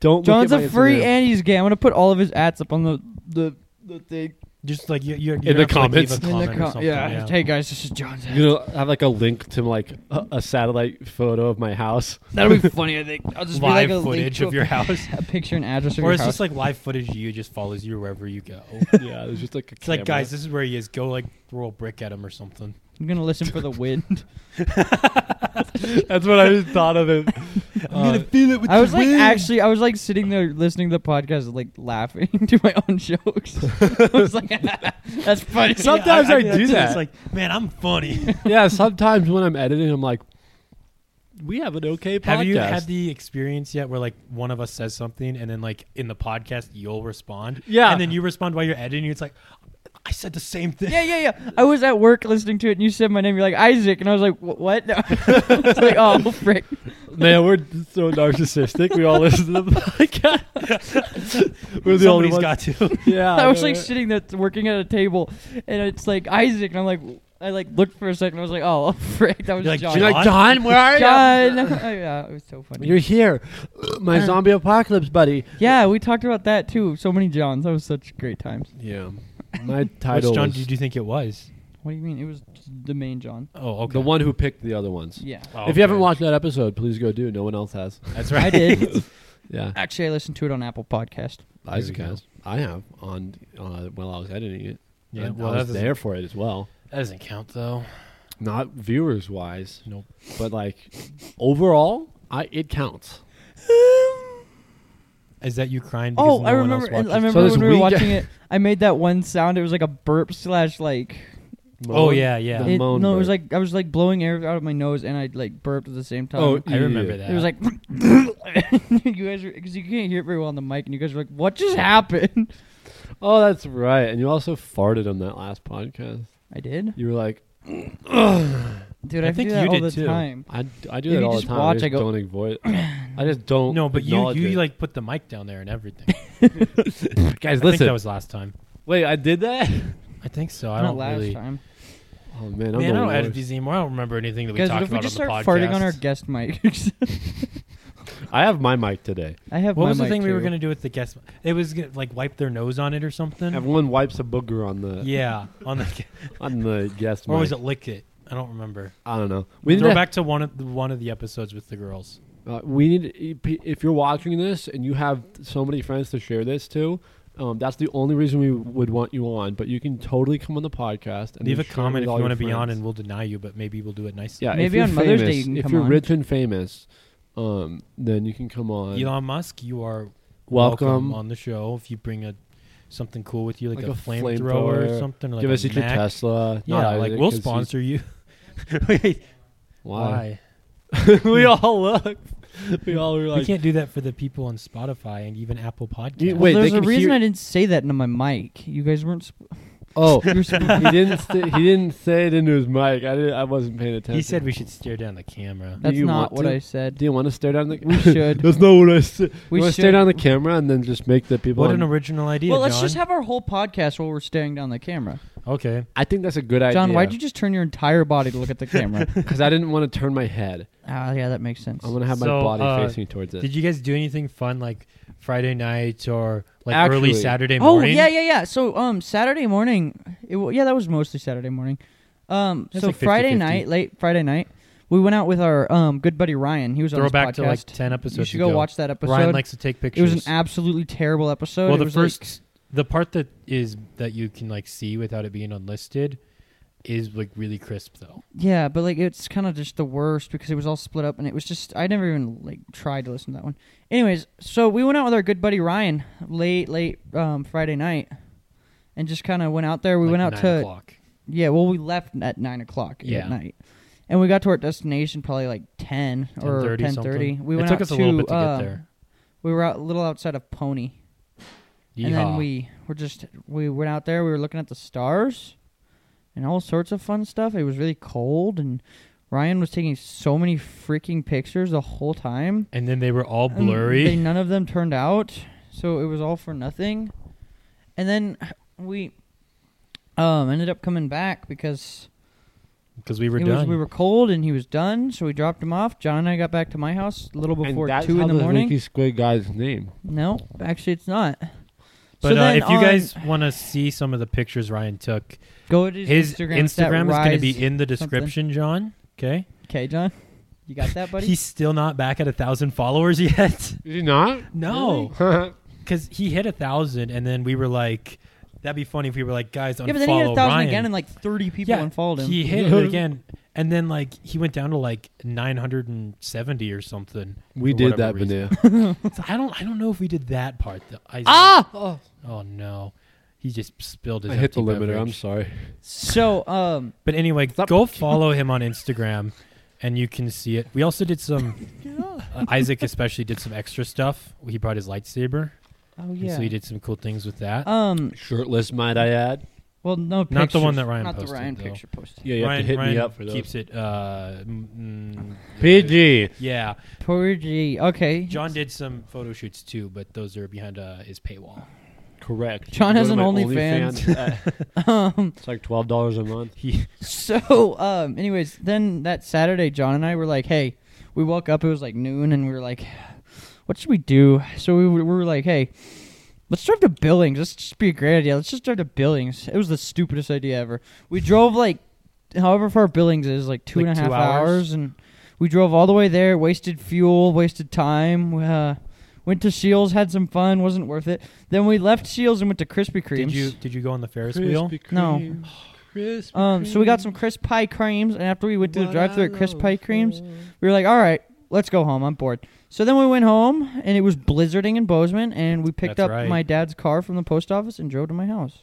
Speaker 2: Don't.
Speaker 3: John's
Speaker 2: look at
Speaker 3: a
Speaker 2: my
Speaker 3: free
Speaker 2: Instagram.
Speaker 3: and he's gay. I'm gonna put all of his ads up on the the the thing.
Speaker 1: Just like you, you're, you're
Speaker 2: the
Speaker 1: gonna have to, like,
Speaker 2: comments.
Speaker 1: leave a
Speaker 2: In
Speaker 3: In the
Speaker 1: comment or
Speaker 3: com-
Speaker 1: something,
Speaker 3: yeah. Hey guys, this is John's. Ad.
Speaker 2: You know, I have like a link to like a, a satellite photo of my house.
Speaker 3: That'll be funny. I think I'll just be
Speaker 1: live
Speaker 3: like a
Speaker 1: footage
Speaker 3: link
Speaker 1: of
Speaker 3: to
Speaker 1: your house,
Speaker 3: a, a picture and address of
Speaker 1: or
Speaker 3: your
Speaker 1: it's
Speaker 3: house.
Speaker 1: just like live footage. Of you it just follows you wherever you go.
Speaker 2: yeah, it's just like a
Speaker 1: It's like,
Speaker 2: camera.
Speaker 1: guys, this is where he is. Go like throw a brick at him or something.
Speaker 3: I'm gonna listen for the wind.
Speaker 2: That's what I just thought of it. Uh,
Speaker 1: feel it with
Speaker 3: I was like actually, I was like sitting there listening to the podcast, like laughing to my own jokes. I was like, that's funny.
Speaker 2: Sometimes I do
Speaker 1: too.
Speaker 2: that.
Speaker 1: It's like, man, I'm funny.
Speaker 2: yeah, sometimes when I'm editing, I'm like, we have an okay podcast.
Speaker 1: Have you had the experience yet where like one of us says something and then like in the podcast you'll respond?
Speaker 2: Yeah.
Speaker 1: And then you respond while you're editing. It's like, I said the same thing.
Speaker 3: Yeah, yeah, yeah. I was at work listening to it, and you said my name. You're like Isaac, and I was like, "Wh- "What?" No. it's like, "Oh, frick!"
Speaker 2: Man, we're so narcissistic. We all listen to the podcast. we're the only
Speaker 1: Somebody's
Speaker 2: ones.
Speaker 1: got to.
Speaker 2: yeah,
Speaker 3: I was
Speaker 2: know,
Speaker 3: like
Speaker 2: right?
Speaker 3: sitting there working at a table, and it's like Isaac, and I'm like, I like looked for a second. I was like, "Oh, frick!" That was
Speaker 1: You're like,
Speaker 3: John.
Speaker 2: You're like, John, where are you?
Speaker 3: John. Oh, yeah, it was so funny.
Speaker 2: You're here,
Speaker 1: Uh.
Speaker 2: my zombie apocalypse buddy.
Speaker 3: yeah, we talked about that too. So many Johns. That was such great times.
Speaker 2: Yeah, my title.
Speaker 1: Which John
Speaker 2: was
Speaker 1: did you think it was?
Speaker 3: What do you mean? It was the main John.
Speaker 1: Oh, okay.
Speaker 2: the one who picked the other ones.
Speaker 3: Yeah.
Speaker 1: Oh,
Speaker 2: if you haven't
Speaker 1: okay.
Speaker 2: watched that episode, please go do. No one else has.
Speaker 1: that's right.
Speaker 3: I did.
Speaker 2: Yeah,
Speaker 3: Actually, I listened to it on Apple Podcast.
Speaker 2: Isaac
Speaker 1: we go.
Speaker 2: has. I have on uh, while I was editing it.
Speaker 1: Yeah,
Speaker 2: I,
Speaker 1: well, that
Speaker 2: I was
Speaker 1: doesn't-
Speaker 2: there for it as well.
Speaker 1: That doesn't count though.
Speaker 2: Not viewers wise,
Speaker 1: Nope.
Speaker 2: but like overall, I it counts.
Speaker 1: Is that you crying? Because
Speaker 3: Oh,
Speaker 1: no
Speaker 3: I
Speaker 1: one
Speaker 3: remember.
Speaker 1: else
Speaker 3: I
Speaker 1: watches?
Speaker 3: remember
Speaker 2: So this
Speaker 3: when we were
Speaker 2: week-
Speaker 3: watching it. I made that one sound. It was like a burp slash like.
Speaker 1: Oh yeah, yeah.
Speaker 2: The
Speaker 3: it-
Speaker 2: moan
Speaker 3: no, it was
Speaker 2: burp.
Speaker 3: like I was like blowing air out of my nose, and I like burped at the same time.
Speaker 2: Oh,
Speaker 1: I remember
Speaker 2: Yeah.
Speaker 1: that.
Speaker 3: it was like you guys because you can't hear it very well on the mic, and you guys were like, "What just happened?"
Speaker 2: Oh, that's right. And you also farted on that last podcast.
Speaker 3: I did,
Speaker 2: You were like,
Speaker 3: dude.
Speaker 1: I
Speaker 3: I, have to
Speaker 1: think
Speaker 3: do that
Speaker 1: you
Speaker 3: all
Speaker 1: did
Speaker 3: the
Speaker 1: too.
Speaker 3: time.
Speaker 2: I, I do
Speaker 3: If
Speaker 2: that
Speaker 3: you
Speaker 2: all
Speaker 3: just
Speaker 2: the time.
Speaker 3: watch,
Speaker 2: I just
Speaker 3: I go-
Speaker 2: don't avoid. I just don't.
Speaker 1: no, but you
Speaker 2: acknowledge
Speaker 1: you
Speaker 2: it.
Speaker 1: like put the mic down there and everything.
Speaker 2: guys.
Speaker 1: I think
Speaker 2: Listen,
Speaker 1: that was last time.
Speaker 2: wait, I did that.
Speaker 1: I think so. I
Speaker 3: Not
Speaker 1: don't
Speaker 3: last
Speaker 1: really.
Speaker 3: time,
Speaker 2: Oh man,
Speaker 1: Man,
Speaker 2: I'm the
Speaker 1: I don't edit
Speaker 2: worst.
Speaker 1: these anymore. I don't remember anything that we
Speaker 3: guys. What
Speaker 1: talked
Speaker 3: if we
Speaker 1: about
Speaker 3: just
Speaker 1: on
Speaker 3: start
Speaker 1: the podcast.
Speaker 3: farting on our guest mics?
Speaker 2: I have my mic today.
Speaker 3: I have.
Speaker 1: what
Speaker 3: my
Speaker 1: was the
Speaker 3: mic
Speaker 1: thing we were
Speaker 3: too.
Speaker 1: gonna do with the guest? It was gonna, like wipe their nose on it or something.
Speaker 2: Everyone wipes a booger on the
Speaker 1: yeah, on the
Speaker 2: on the guest
Speaker 1: or was
Speaker 2: mic.
Speaker 1: it lick it? I don't remember.
Speaker 2: I don't know. We
Speaker 1: We
Speaker 2: need
Speaker 1: Throw
Speaker 2: to
Speaker 1: back to one of the, one of the episodes with the girls.
Speaker 2: Uh, we need if you're watching this and you have so many friends to share this to, um, that's the only reason we would want you on. But you can totally come on the podcast and
Speaker 1: Leave a
Speaker 2: then share it with
Speaker 1: comment if you
Speaker 2: all
Speaker 1: want to
Speaker 2: your
Speaker 1: be on,
Speaker 2: friends.
Speaker 1: and we'll deny you, but maybe we'll do it nicely.
Speaker 2: yeah, if
Speaker 3: Maybe
Speaker 2: you're
Speaker 3: on Mother's Day
Speaker 2: famous-
Speaker 3: you can
Speaker 2: if
Speaker 3: come
Speaker 2: you're
Speaker 3: on.
Speaker 2: rich and famous, um, then you can come on.
Speaker 1: Elon Musk, you are
Speaker 2: Welcome.
Speaker 1: welcome. on the show. If you bring a something cool with you, like,
Speaker 2: Like
Speaker 1: a,
Speaker 2: a
Speaker 1: flamethrower
Speaker 2: flamethrower.
Speaker 1: or something, or like
Speaker 2: Give
Speaker 1: a
Speaker 2: us each a
Speaker 1: Mac.
Speaker 2: Tesla.
Speaker 1: Yeah,
Speaker 2: Not
Speaker 1: like
Speaker 2: Isaac,
Speaker 1: we'll
Speaker 2: 'cause he's-
Speaker 1: sponsor you. Wait,
Speaker 2: Why?
Speaker 1: why?
Speaker 2: we all look. We all were
Speaker 1: we
Speaker 2: like.
Speaker 1: can't do that for the people on Spotify and even Apple Podcasts.
Speaker 2: You-
Speaker 3: Well,
Speaker 2: Wait,
Speaker 3: there's
Speaker 2: they
Speaker 3: a
Speaker 2: can
Speaker 3: reason
Speaker 2: hear-
Speaker 3: I didn't say that into my mic. You guys weren't. Sp-
Speaker 2: Oh,
Speaker 3: you were sp-
Speaker 2: he didn't. St- he didn't say it into his mic. I didn't, I wasn't paying attention.
Speaker 1: He said we should stare down the camera.
Speaker 3: that's
Speaker 2: you want
Speaker 3: not what
Speaker 2: to?
Speaker 3: I said.
Speaker 2: Do you want to stare down the?
Speaker 3: We should.
Speaker 2: That's not what I said.
Speaker 3: We
Speaker 2: you want to
Speaker 3: should.
Speaker 2: stare down the camera and then just make the people.
Speaker 1: What an
Speaker 2: on-
Speaker 1: original idea,
Speaker 3: well, let's
Speaker 1: John.
Speaker 3: just have our whole podcast while we're staring down the camera.
Speaker 1: okay.
Speaker 2: I think that's a good idea.
Speaker 3: John, why'd you just turn your entire body to look at the camera?
Speaker 2: Because I didn't want to turn my head.
Speaker 3: Ah, yeah, that makes sense.
Speaker 2: I want to have
Speaker 1: So,
Speaker 2: my body
Speaker 1: uh,
Speaker 2: facing towards it.
Speaker 1: Did you guys do anything fun like Friday night or like early
Speaker 2: Actually-
Speaker 1: Saturday
Speaker 3: Oh
Speaker 1: morning?
Speaker 3: yeah, yeah, yeah. So um, Saturday morning, it, wa- yeah, that was mostly Saturday morning. Um,
Speaker 1: That's
Speaker 3: so
Speaker 1: like
Speaker 3: Friday
Speaker 1: 50-50.
Speaker 3: night, late Friday night, We went out with our um, good buddy Ryan. He was on
Speaker 1: Throwback
Speaker 3: this
Speaker 1: to
Speaker 3: podcast.
Speaker 1: like ten episodes.
Speaker 3: you should go
Speaker 1: ago.
Speaker 3: watch that episode.
Speaker 1: Ryan likes to take
Speaker 3: it
Speaker 1: pictures.
Speaker 3: was an absolutely terrible episode.
Speaker 1: well,
Speaker 3: It
Speaker 1: the
Speaker 3: was, like-
Speaker 1: first, the part that is that you can like see without it being unlisted, is like really crisp though.
Speaker 3: yeah, but like it's kind of just the worst because it was all split up and it was just I never even like tried to listen to that one. Anyways, so we went out with our good buddy Ryan late, late um, Friday night, and just kind of went out there. We
Speaker 1: Like
Speaker 3: went out
Speaker 1: nine
Speaker 3: to
Speaker 1: o'clock.
Speaker 3: Yeah, well, we left at nine o'clock
Speaker 1: Yeah.
Speaker 3: at night, and we got to our destination probably like ten or
Speaker 1: 10:30
Speaker 3: ten thirty.
Speaker 1: something.
Speaker 3: We
Speaker 1: It
Speaker 3: went
Speaker 1: took
Speaker 3: out
Speaker 1: us a little
Speaker 3: to,
Speaker 1: bit to get
Speaker 3: uh,
Speaker 1: there.
Speaker 3: We were out a little outside of Pony, and then
Speaker 1: Yeehaw.
Speaker 3: we were just we went out there. We were looking at the stars, and all sorts of fun stuff. It was really cold, and Ryan was taking so many freaking pictures the whole time.
Speaker 1: and then they were all
Speaker 3: And
Speaker 1: blurry.
Speaker 3: They, none of them turned out, so it was all for nothing. And then we um ended up coming back because
Speaker 1: because we were
Speaker 3: It
Speaker 1: done.
Speaker 3: Was, we were cold and he was done, so we dropped him off. John and I got back to my house a little before
Speaker 2: and that's
Speaker 3: two
Speaker 2: how
Speaker 3: in the morning.
Speaker 2: Winky Squid guy's name.
Speaker 3: No, actually, it's not.
Speaker 1: but
Speaker 3: So
Speaker 1: uh,
Speaker 3: then
Speaker 1: if you
Speaker 3: on-
Speaker 1: guys want to see some of the pictures Ryan took,
Speaker 3: go to
Speaker 1: his
Speaker 3: Instagram, it's at
Speaker 1: is going to
Speaker 3: Rise-
Speaker 1: be in the description, John. Okay,
Speaker 3: Okay, John, you got that, buddy.
Speaker 1: he's still not back at a thousand followers yet.
Speaker 2: Is he not?
Speaker 1: no,
Speaker 2: Really?
Speaker 1: because he hit a thousand, and then we were like, "That'd be funny if we were like, guys, unfollow
Speaker 3: yeah, but then he had a thousand
Speaker 1: Ryan."
Speaker 3: again, and like thirty people
Speaker 1: yeah,
Speaker 3: unfollowed him.
Speaker 1: he hit it again, and then like he went down to like nine hundred and seventy or something.
Speaker 2: we
Speaker 1: for
Speaker 2: did
Speaker 1: whatever
Speaker 2: that,
Speaker 1: reason.
Speaker 2: Benu.
Speaker 1: So I don't, I don't know if we did that part though. I,
Speaker 2: ah!
Speaker 1: oh no, he just spilled his.
Speaker 2: I hit the
Speaker 1: empty
Speaker 2: limiter.
Speaker 1: beverage.
Speaker 2: I'm sorry.
Speaker 3: so, um,
Speaker 1: But anyway,
Speaker 2: Stop.
Speaker 1: go follow him on Instagram, and you can see it. We also did some. uh, Isaac especially did some extra stuff. He brought his lightsaber,
Speaker 3: oh
Speaker 1: and
Speaker 3: yeah,
Speaker 1: so he did some cool things with that.
Speaker 3: um,
Speaker 2: Shirtless, might I add?
Speaker 3: well, no, pictures.
Speaker 1: Not the one that Ryan
Speaker 3: not
Speaker 1: posted,
Speaker 3: the Ryan
Speaker 1: though.
Speaker 3: picture posted.
Speaker 2: Yeah, you
Speaker 1: Ryan,
Speaker 2: have to hit
Speaker 1: Ryan
Speaker 2: me up for those.
Speaker 1: Keeps it. Uh, mm, mm,
Speaker 2: PG.
Speaker 1: Yeah,
Speaker 3: Porgy, okay,
Speaker 1: John did some photo shoots too, but those are behind uh, his paywall.
Speaker 2: Correct.
Speaker 3: John
Speaker 2: Go
Speaker 3: has
Speaker 2: to
Speaker 3: an
Speaker 2: my
Speaker 3: OnlyFans. Um,
Speaker 2: OnlyFans. it's like twelve dollars a month.
Speaker 1: He
Speaker 3: So, um, anyways, then that Saturday, John and I were like, hey, we woke up, it was like noon, and we were like, what should we do? So we, were- we were like, hey, let's drive to Billings. Let's just be a great idea. Let's just drive to Billings. It was the stupidest idea ever. We drove like, however far Billings is, like two
Speaker 1: Like
Speaker 3: and a half
Speaker 1: two hours?
Speaker 3: hours. and we drove all the way there, wasted fuel, wasted time. We, uh, went to Shields, had some fun, wasn't worth it. Then we left Shields and went to Krispy Kremes.
Speaker 1: did you did you go on the Ferris wheel?
Speaker 3: No.
Speaker 2: Krispy
Speaker 3: Um, so we got
Speaker 2: Kreme.
Speaker 3: some crisp pie creams, and after we went to the
Speaker 2: Mm-hmm. What
Speaker 3: drive-thru
Speaker 2: I
Speaker 3: at crisp
Speaker 2: love
Speaker 3: pie creams,
Speaker 2: for.
Speaker 3: we were like, "All right, let's go home. I'm bored." So then we went home, and it was blizzarding in Bozeman, and we picked
Speaker 1: That's
Speaker 3: up
Speaker 1: right.
Speaker 3: my dad's car from the post office and drove to my house,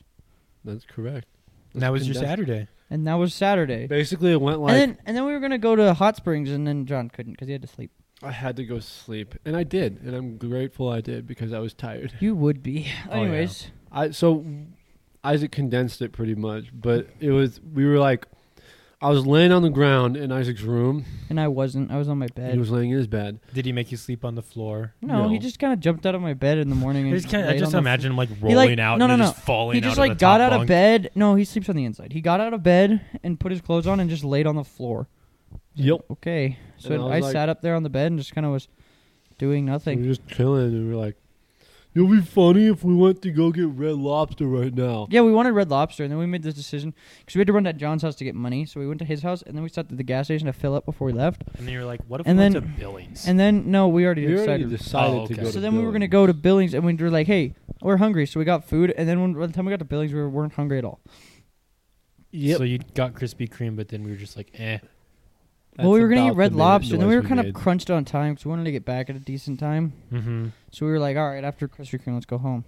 Speaker 2: That's correct.
Speaker 1: And that was your
Speaker 2: That's-
Speaker 1: Saturday.
Speaker 3: and that was Saturday.
Speaker 2: Basically, it went like
Speaker 3: and then and then we were gonna go to Hot Springs, and then John couldn't because he had to sleep.
Speaker 2: I had to go sleep, and I did, and I'm grateful I did because I was tired.
Speaker 3: You would be,
Speaker 1: Oh, yeah.
Speaker 3: anyways.
Speaker 2: I so Isaac condensed it pretty much, but it was we were like, I was laying on the ground in Isaac's room.
Speaker 3: And I wasn't. I was on my bed.
Speaker 2: He was laying in his bed.
Speaker 1: Did he make you sleep on the floor?
Speaker 3: no,
Speaker 2: no.
Speaker 3: he just kind of jumped out of my bed in the morning.
Speaker 1: I
Speaker 3: And
Speaker 1: just kind of, I
Speaker 3: laid
Speaker 1: just
Speaker 3: on the
Speaker 1: imagine him like
Speaker 3: like-
Speaker 1: rolling out
Speaker 3: no,
Speaker 1: and
Speaker 3: no,
Speaker 1: then just falling
Speaker 3: He
Speaker 1: out
Speaker 3: just
Speaker 1: of
Speaker 3: like
Speaker 1: the
Speaker 3: got
Speaker 1: top
Speaker 3: out of
Speaker 1: bunk.
Speaker 3: bed. No, he sleeps on the inside. He got out of bed and put his clothes on and just laid on the floor.
Speaker 2: Yep.
Speaker 3: Okay. So
Speaker 2: And I
Speaker 3: I,
Speaker 2: was like- Mm-hmm.
Speaker 3: sat up there on the bed and just kind of was doing
Speaker 2: We were
Speaker 3: nothing.
Speaker 2: just chilling, and we were like, "It'll be funny if we went to go get Red Lobster right now."
Speaker 3: Yeah, we wanted Red Lobster, and then we made this decision because we had to run to John's house to get money. So we went to his house, and then we stopped at the gas station to fill up before we left.
Speaker 1: And then you're like, what if
Speaker 3: And
Speaker 1: we went
Speaker 3: then-
Speaker 1: to Billings?
Speaker 3: And then no, we already
Speaker 2: We
Speaker 3: decided.
Speaker 2: already decided
Speaker 1: Oh,
Speaker 2: to
Speaker 1: okay.
Speaker 2: go.
Speaker 3: so
Speaker 2: to
Speaker 3: then we were gonna
Speaker 2: Billings.
Speaker 3: go to Billings, and we were like, "Hey, we're hungry," so we got food. And then when, by the time we got to Billings, we weren't hungry at all.
Speaker 2: Yep.
Speaker 1: So you got Krispy Kreme, but then we were just like, eh.
Speaker 3: well, we were gonna
Speaker 2: about
Speaker 3: eat
Speaker 2: the
Speaker 3: Red
Speaker 2: minute
Speaker 3: Lobster, and then we
Speaker 2: noise
Speaker 3: were kind of
Speaker 2: made.
Speaker 3: crunched on time because we wanted to get back at a decent time.
Speaker 1: Mm-hmm.
Speaker 3: So we were like, all right, after Krispy Kreme, let's go home.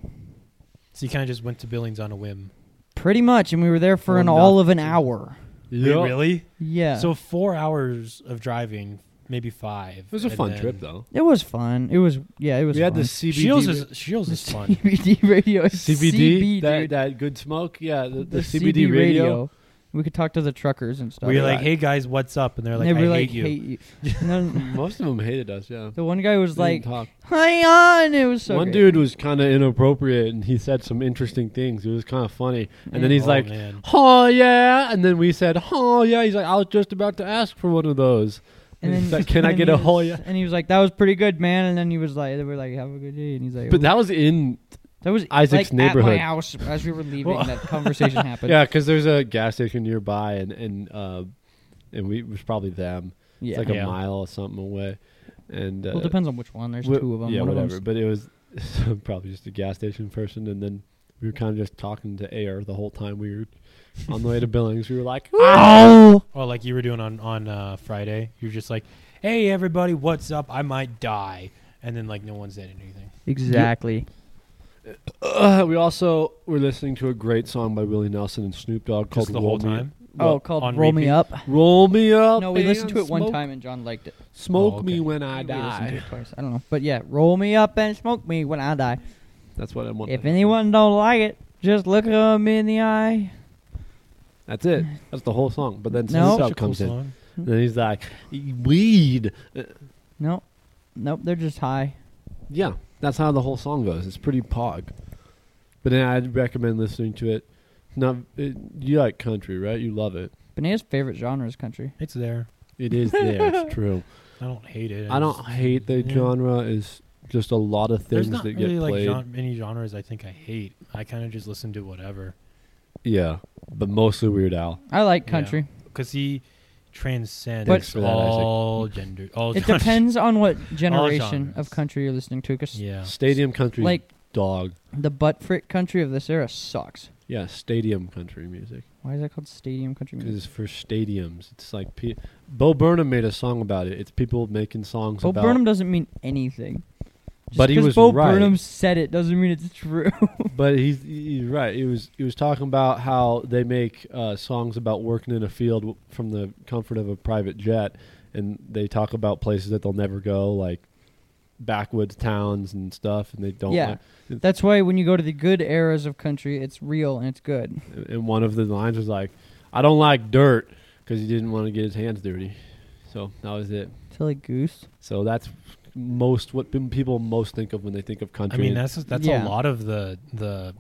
Speaker 1: So you kind of just went to Billings on a whim.
Speaker 3: Pretty much, and we were there for
Speaker 2: Well,
Speaker 3: an all of an
Speaker 2: nothing.
Speaker 3: hour.
Speaker 1: Wait,
Speaker 2: Yep.
Speaker 1: really?
Speaker 3: Yeah.
Speaker 1: So four hours of driving, maybe five.
Speaker 2: It was a fun trip, though.
Speaker 3: it was fun. It was yeah, it was
Speaker 2: we had
Speaker 3: fun.
Speaker 2: the CBD.
Speaker 1: Shields is Shields is fun.
Speaker 3: CBD radio.
Speaker 2: CBD,
Speaker 3: CB,
Speaker 2: that,
Speaker 3: dude.
Speaker 2: that good smoke. Yeah, the, the,
Speaker 3: the
Speaker 2: CBD, radio.
Speaker 3: We could talk to the truckers and stuff.
Speaker 1: we were like, hey guys, what's up? And they're like,
Speaker 3: And they
Speaker 1: I
Speaker 3: were
Speaker 1: hate you.
Speaker 3: And then
Speaker 2: Most of them hated us. Yeah,
Speaker 3: the one guy was
Speaker 2: They
Speaker 3: like,
Speaker 2: didn't talk.
Speaker 3: hi on. It was so
Speaker 2: one
Speaker 3: great.
Speaker 2: dude was kind of inappropriate, and he said some interesting things. It was kind of funny. And then he's
Speaker 1: Oh,
Speaker 2: like,
Speaker 1: man.
Speaker 2: "Oh yeah," and then we said, "Oh yeah." He's like, "I was just about to ask for one of those."
Speaker 3: And
Speaker 2: he's
Speaker 3: then
Speaker 2: like, "Can I
Speaker 3: and
Speaker 2: get
Speaker 3: he
Speaker 2: a whole
Speaker 3: was-
Speaker 2: yeah?"
Speaker 3: And he was like, "That was pretty good, man." And then he was like, "They were like, have a good day." And he's like,
Speaker 2: But that was in
Speaker 3: that was
Speaker 2: Isaac's
Speaker 3: like, At
Speaker 2: neighborhood.
Speaker 3: my house as we were leaving,
Speaker 1: Well-
Speaker 3: that conversation happened.
Speaker 2: yeah, because there's a gas station nearby, and and uh, and we it was probably them.
Speaker 3: Yeah.
Speaker 2: It's like
Speaker 1: Yeah.
Speaker 2: a mile or something away. And uh,
Speaker 3: well, it depends on which one. There's
Speaker 2: wh-
Speaker 3: two of them.
Speaker 2: Yeah,
Speaker 3: one of
Speaker 2: whatever.
Speaker 3: them's-
Speaker 2: but it was probably just a gas station person, and then we were kind of just talking to Air the whole time we were on the way to Billings. We were like, "Ow!"
Speaker 1: Well, Oh, like you were doing on on uh, Friday, you're just like, "Hey, everybody, what's up? I might die," and then like no one said anything.
Speaker 3: exactly.
Speaker 2: Uh, we also were listening to a great song by Willie Nelson and Snoop Dogg called
Speaker 1: Just the
Speaker 2: Roll
Speaker 1: whole
Speaker 2: Me-
Speaker 1: time.
Speaker 3: Oh,
Speaker 2: What?
Speaker 3: called
Speaker 1: on
Speaker 3: Roll Me
Speaker 1: repeat?
Speaker 3: Up.
Speaker 2: Roll me up.
Speaker 3: No, we listened
Speaker 2: and
Speaker 3: to it one
Speaker 2: smoke-
Speaker 3: time and John liked it.
Speaker 2: Smoke
Speaker 1: Oh,
Speaker 2: me
Speaker 1: okay.
Speaker 2: when I
Speaker 3: Maybe we listened to
Speaker 2: die.
Speaker 3: it twice. I don't know. But yeah, roll me up and smoke me when I die.
Speaker 2: That's what I want.
Speaker 3: If anyone don't like it, just look them in the eye.
Speaker 2: That's it. That's the whole song. But then
Speaker 3: No.
Speaker 2: Snoop
Speaker 1: Such
Speaker 2: Dogg
Speaker 1: a cool
Speaker 2: comes in.
Speaker 1: song.
Speaker 2: And then he's like, "Weed." Uh,
Speaker 3: Nope. Nope, they're just high.
Speaker 2: Yeah, that's how the whole song goes. It's pretty pog. But then I'd recommend listening to it. Not it, you like country, right? You love it.
Speaker 3: Banana's favorite genre is country.
Speaker 1: It's there.
Speaker 2: It is there. it's true.
Speaker 1: I don't hate it.
Speaker 2: I don't
Speaker 1: just-
Speaker 2: hate the
Speaker 1: Yeah.
Speaker 2: genre. Is just a lot of
Speaker 1: There's
Speaker 2: things
Speaker 1: not
Speaker 2: that
Speaker 1: really
Speaker 2: get
Speaker 1: like
Speaker 2: played.
Speaker 1: gen- many genres I think I hate. I kind of just listen to whatever
Speaker 2: yeah, but mostly Weird Al.
Speaker 3: I like
Speaker 1: Yeah.
Speaker 3: country.
Speaker 1: because he transcends
Speaker 2: Thanks for that, Isaac.
Speaker 1: all gender. All
Speaker 3: It
Speaker 1: genres.
Speaker 3: depends on what generation
Speaker 1: genres.
Speaker 3: of country you're listening to. Cause
Speaker 1: Yeah.
Speaker 2: Stadium country,
Speaker 3: like
Speaker 2: dog.
Speaker 3: the butt frick country of this era sucks.
Speaker 2: Yeah, stadium country music.
Speaker 3: Why is that called stadium country
Speaker 2: Because
Speaker 3: music?
Speaker 2: it's for stadiums. It's like pe- Bo Burnham made a song about it. It's people making songs
Speaker 3: Bo
Speaker 2: about.
Speaker 3: Burnham doesn't mean anything. Just
Speaker 2: But he
Speaker 3: 'cause
Speaker 2: was
Speaker 3: Bo
Speaker 2: right.
Speaker 3: Burnham said it doesn't mean it's true.
Speaker 2: But he's, he's right. He was he was talking about how they make uh, songs about working in a field w- from the comfort of a private jet, and they talk about places that they'll never go, like backwoods towns and stuff, and they don't.
Speaker 3: Yeah.
Speaker 2: like-
Speaker 3: That's why when you go to the good eras of country, it's real and it's good.
Speaker 2: and one of the lines was like, "I don't like dirt," because he didn't want to get his hands dirty. So that was it.
Speaker 3: Silly goose.
Speaker 2: So that's most what been- people most think of when they think of
Speaker 1: I
Speaker 2: country.
Speaker 1: mean, that's that's
Speaker 3: Yeah.
Speaker 1: a lot of the the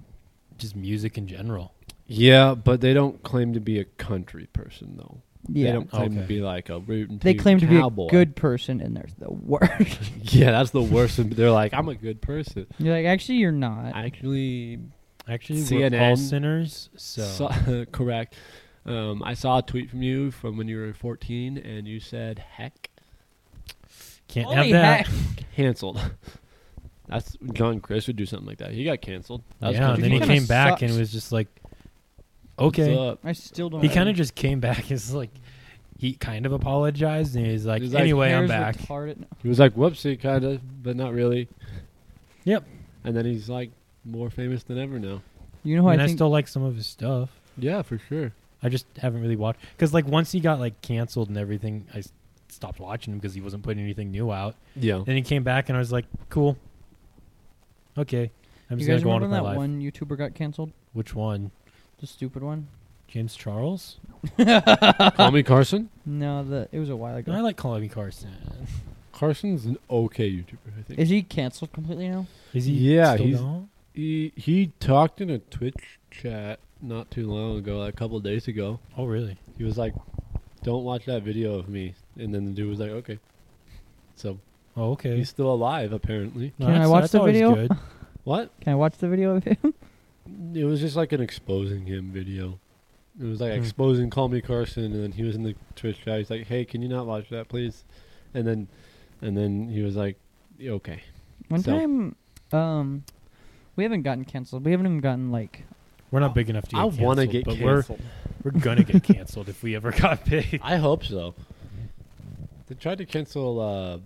Speaker 1: just music in general.
Speaker 2: yeah, but they don't claim to be a country person though. They
Speaker 3: Yeah.
Speaker 2: don't claim to
Speaker 1: Okay.
Speaker 2: be like a root and
Speaker 3: They,
Speaker 2: toot
Speaker 3: claim to
Speaker 2: cowboy.
Speaker 3: be a good person, and they're the worst.
Speaker 2: Yeah, that's the worst. one, but They're like, I'm a good person.
Speaker 3: you're like, actually, you're not.
Speaker 2: Actually,
Speaker 1: Actually, we're all
Speaker 2: CNN.
Speaker 1: sinners. So
Speaker 2: saw- correct. Um, I saw a tweet from you from when you were 14, and you said, "Heck,
Speaker 1: can't have
Speaker 3: Holy
Speaker 1: that.
Speaker 3: heck.
Speaker 2: canceled." That's John Chris would do something like that. He got canceled. That was
Speaker 1: yeah, and
Speaker 2: kinda
Speaker 1: then he
Speaker 2: funny.
Speaker 3: Kinda
Speaker 1: came back and
Speaker 3: sucks.
Speaker 1: was just like,
Speaker 2: What's
Speaker 1: okay.
Speaker 2: up?
Speaker 3: I still don't.
Speaker 1: He kind of just came back. It's like he kind of apologized and he's like,
Speaker 2: He's like,
Speaker 1: anyway, I'm
Speaker 3: Hair's
Speaker 1: back.
Speaker 3: retarded.
Speaker 2: He was like, "Whoopsie," kind of, but not really.
Speaker 1: Yep.
Speaker 2: And then he's like more famous than ever now.
Speaker 3: You know who
Speaker 1: and
Speaker 3: I,
Speaker 1: I
Speaker 3: think?
Speaker 1: still like some of his stuff.
Speaker 2: Yeah, for sure.
Speaker 1: I just haven't really watched because like once he got like canceled and everything, I s- stopped watching him because he wasn't putting anything new out.
Speaker 2: Yeah.
Speaker 1: Then he came back and I was like, cool, okay, I'm
Speaker 3: you
Speaker 1: just gonna
Speaker 3: guys
Speaker 1: go on
Speaker 3: remember
Speaker 1: with
Speaker 3: when
Speaker 1: my
Speaker 3: that
Speaker 1: life.
Speaker 3: one YouTuber got canceled?
Speaker 1: Which one?
Speaker 3: The stupid one.
Speaker 1: James Charles?
Speaker 2: Call me Carson.
Speaker 3: No, the it was a while ago.
Speaker 1: I like Colby Carson.
Speaker 2: Carson's an okay YouTuber, I think.
Speaker 3: Is he canceled completely now?
Speaker 1: Is he?
Speaker 2: Yeah,
Speaker 1: still
Speaker 2: he's-
Speaker 1: gone?
Speaker 2: He he talked in a Twitch chat not too long ago, like a couple days ago.
Speaker 1: Oh really?
Speaker 2: He was like, "Don't watch that video of me," and then the dude was like, "Okay." So
Speaker 1: Oh okay.
Speaker 2: he's still alive, apparently.
Speaker 1: No,
Speaker 3: Can I
Speaker 1: that's-
Speaker 3: watch
Speaker 1: that's
Speaker 3: the
Speaker 1: always
Speaker 3: video?
Speaker 1: good.
Speaker 2: What?
Speaker 3: Can I watch the video of him?
Speaker 2: It was just like an exposing him video. It was like
Speaker 1: Hmm.
Speaker 2: exposing Call Me Carson, and then he was in the Twitch chat. He's like, "Hey, can you not watch that, please?" And then, and then he was like, "Yeah, "Okay."
Speaker 3: One
Speaker 2: So-
Speaker 3: time, um, we haven't gotten canceled. We haven't even gotten like.
Speaker 1: We're not big enough to get
Speaker 2: I
Speaker 1: want to
Speaker 2: get
Speaker 1: but
Speaker 2: canceled.
Speaker 1: We're, we're gonna get canceled if we ever got big.
Speaker 2: I hope so. They tried to cancel uh,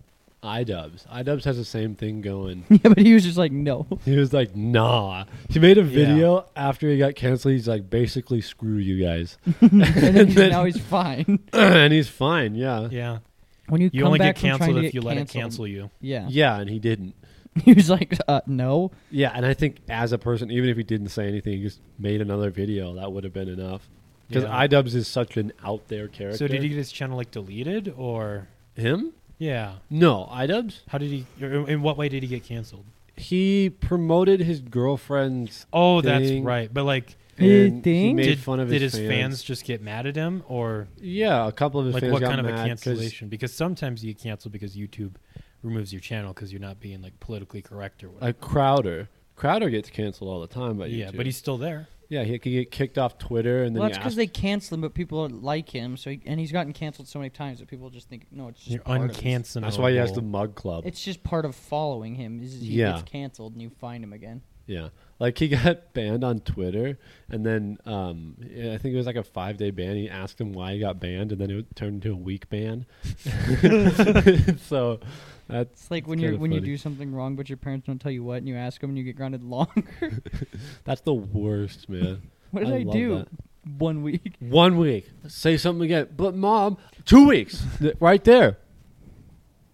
Speaker 2: iDubbbz. iDubbbz has the same thing going.
Speaker 3: yeah, but he was just like, no.
Speaker 2: He was like, "Nah." He made a
Speaker 1: Yeah.
Speaker 2: video after he got canceled. He's like, "Basically, screw you guys,"
Speaker 3: and then he's,
Speaker 2: then-
Speaker 3: now he's fine.
Speaker 2: and he's fine. Yeah,
Speaker 1: Yeah,
Speaker 3: When you,
Speaker 1: you
Speaker 3: come
Speaker 1: only
Speaker 3: back
Speaker 1: get
Speaker 3: from trying
Speaker 1: canceled
Speaker 3: to
Speaker 1: if
Speaker 3: get
Speaker 1: you let it
Speaker 3: canceled,
Speaker 1: cancel you.
Speaker 3: Yeah.
Speaker 2: yeah, and he didn't.
Speaker 3: He was like, uh, no.
Speaker 2: Yeah, and I think as a person, even if he didn't say anything, he just made another video. That would have been enough. Because
Speaker 1: Yeah.
Speaker 2: iDubbbz is such an out there character.
Speaker 1: So did he get his channel like deleted or?
Speaker 2: him?
Speaker 1: Yeah.
Speaker 2: No, iDubbbz.
Speaker 1: How did he? or In what way did he get canceled?
Speaker 2: He promoted his girlfriend's.
Speaker 1: Oh, that's
Speaker 2: Thing.
Speaker 1: right. But like,
Speaker 3: You
Speaker 2: and He
Speaker 3: think?
Speaker 2: made
Speaker 1: did,
Speaker 2: fun of
Speaker 1: did
Speaker 2: his,
Speaker 1: fans.
Speaker 2: fans.
Speaker 1: just get mad at him, or
Speaker 2: Yeah, a couple of his
Speaker 1: like
Speaker 2: fans
Speaker 1: what
Speaker 2: got
Speaker 1: kind of a
Speaker 2: mad 'cause-
Speaker 1: cancellation? Because sometimes you get canceled because YouTube removes your channel because you're not being like politically correct or whatever.
Speaker 2: Like Crowder. Crowder gets canceled all the time by
Speaker 1: yeah,
Speaker 2: YouTube.
Speaker 1: but he's still there.
Speaker 2: Yeah, he could get kicked off Twitter, and then
Speaker 3: Well, that's
Speaker 2: you
Speaker 3: because
Speaker 2: ask-
Speaker 3: they cancel him, but people don't like him. So he, and he's gotten canceled so many times that people just think, no, it's just
Speaker 1: You're
Speaker 3: part of this.
Speaker 1: uncancelable.
Speaker 2: that's why he has the mug club.
Speaker 3: It's just part of following him. Is he
Speaker 2: Yeah.
Speaker 3: gets canceled and you find him again.
Speaker 2: Yeah, like he got banned on Twitter, and then um, yeah, I think it was like a five day ban. He asked him why he got banned, and then it turned into a week ban. so that's
Speaker 3: It's like when
Speaker 2: It's
Speaker 3: you
Speaker 2: kinda
Speaker 3: when
Speaker 2: funny.
Speaker 3: you do something wrong, but your parents don't tell you what, and you ask them, and you get grounded longer.
Speaker 2: that's the worst, man.
Speaker 3: what did
Speaker 2: I
Speaker 3: I,
Speaker 2: love
Speaker 3: do?
Speaker 2: that.
Speaker 3: One week.
Speaker 2: One week, say something again, but mom, two weeks, Th- right there.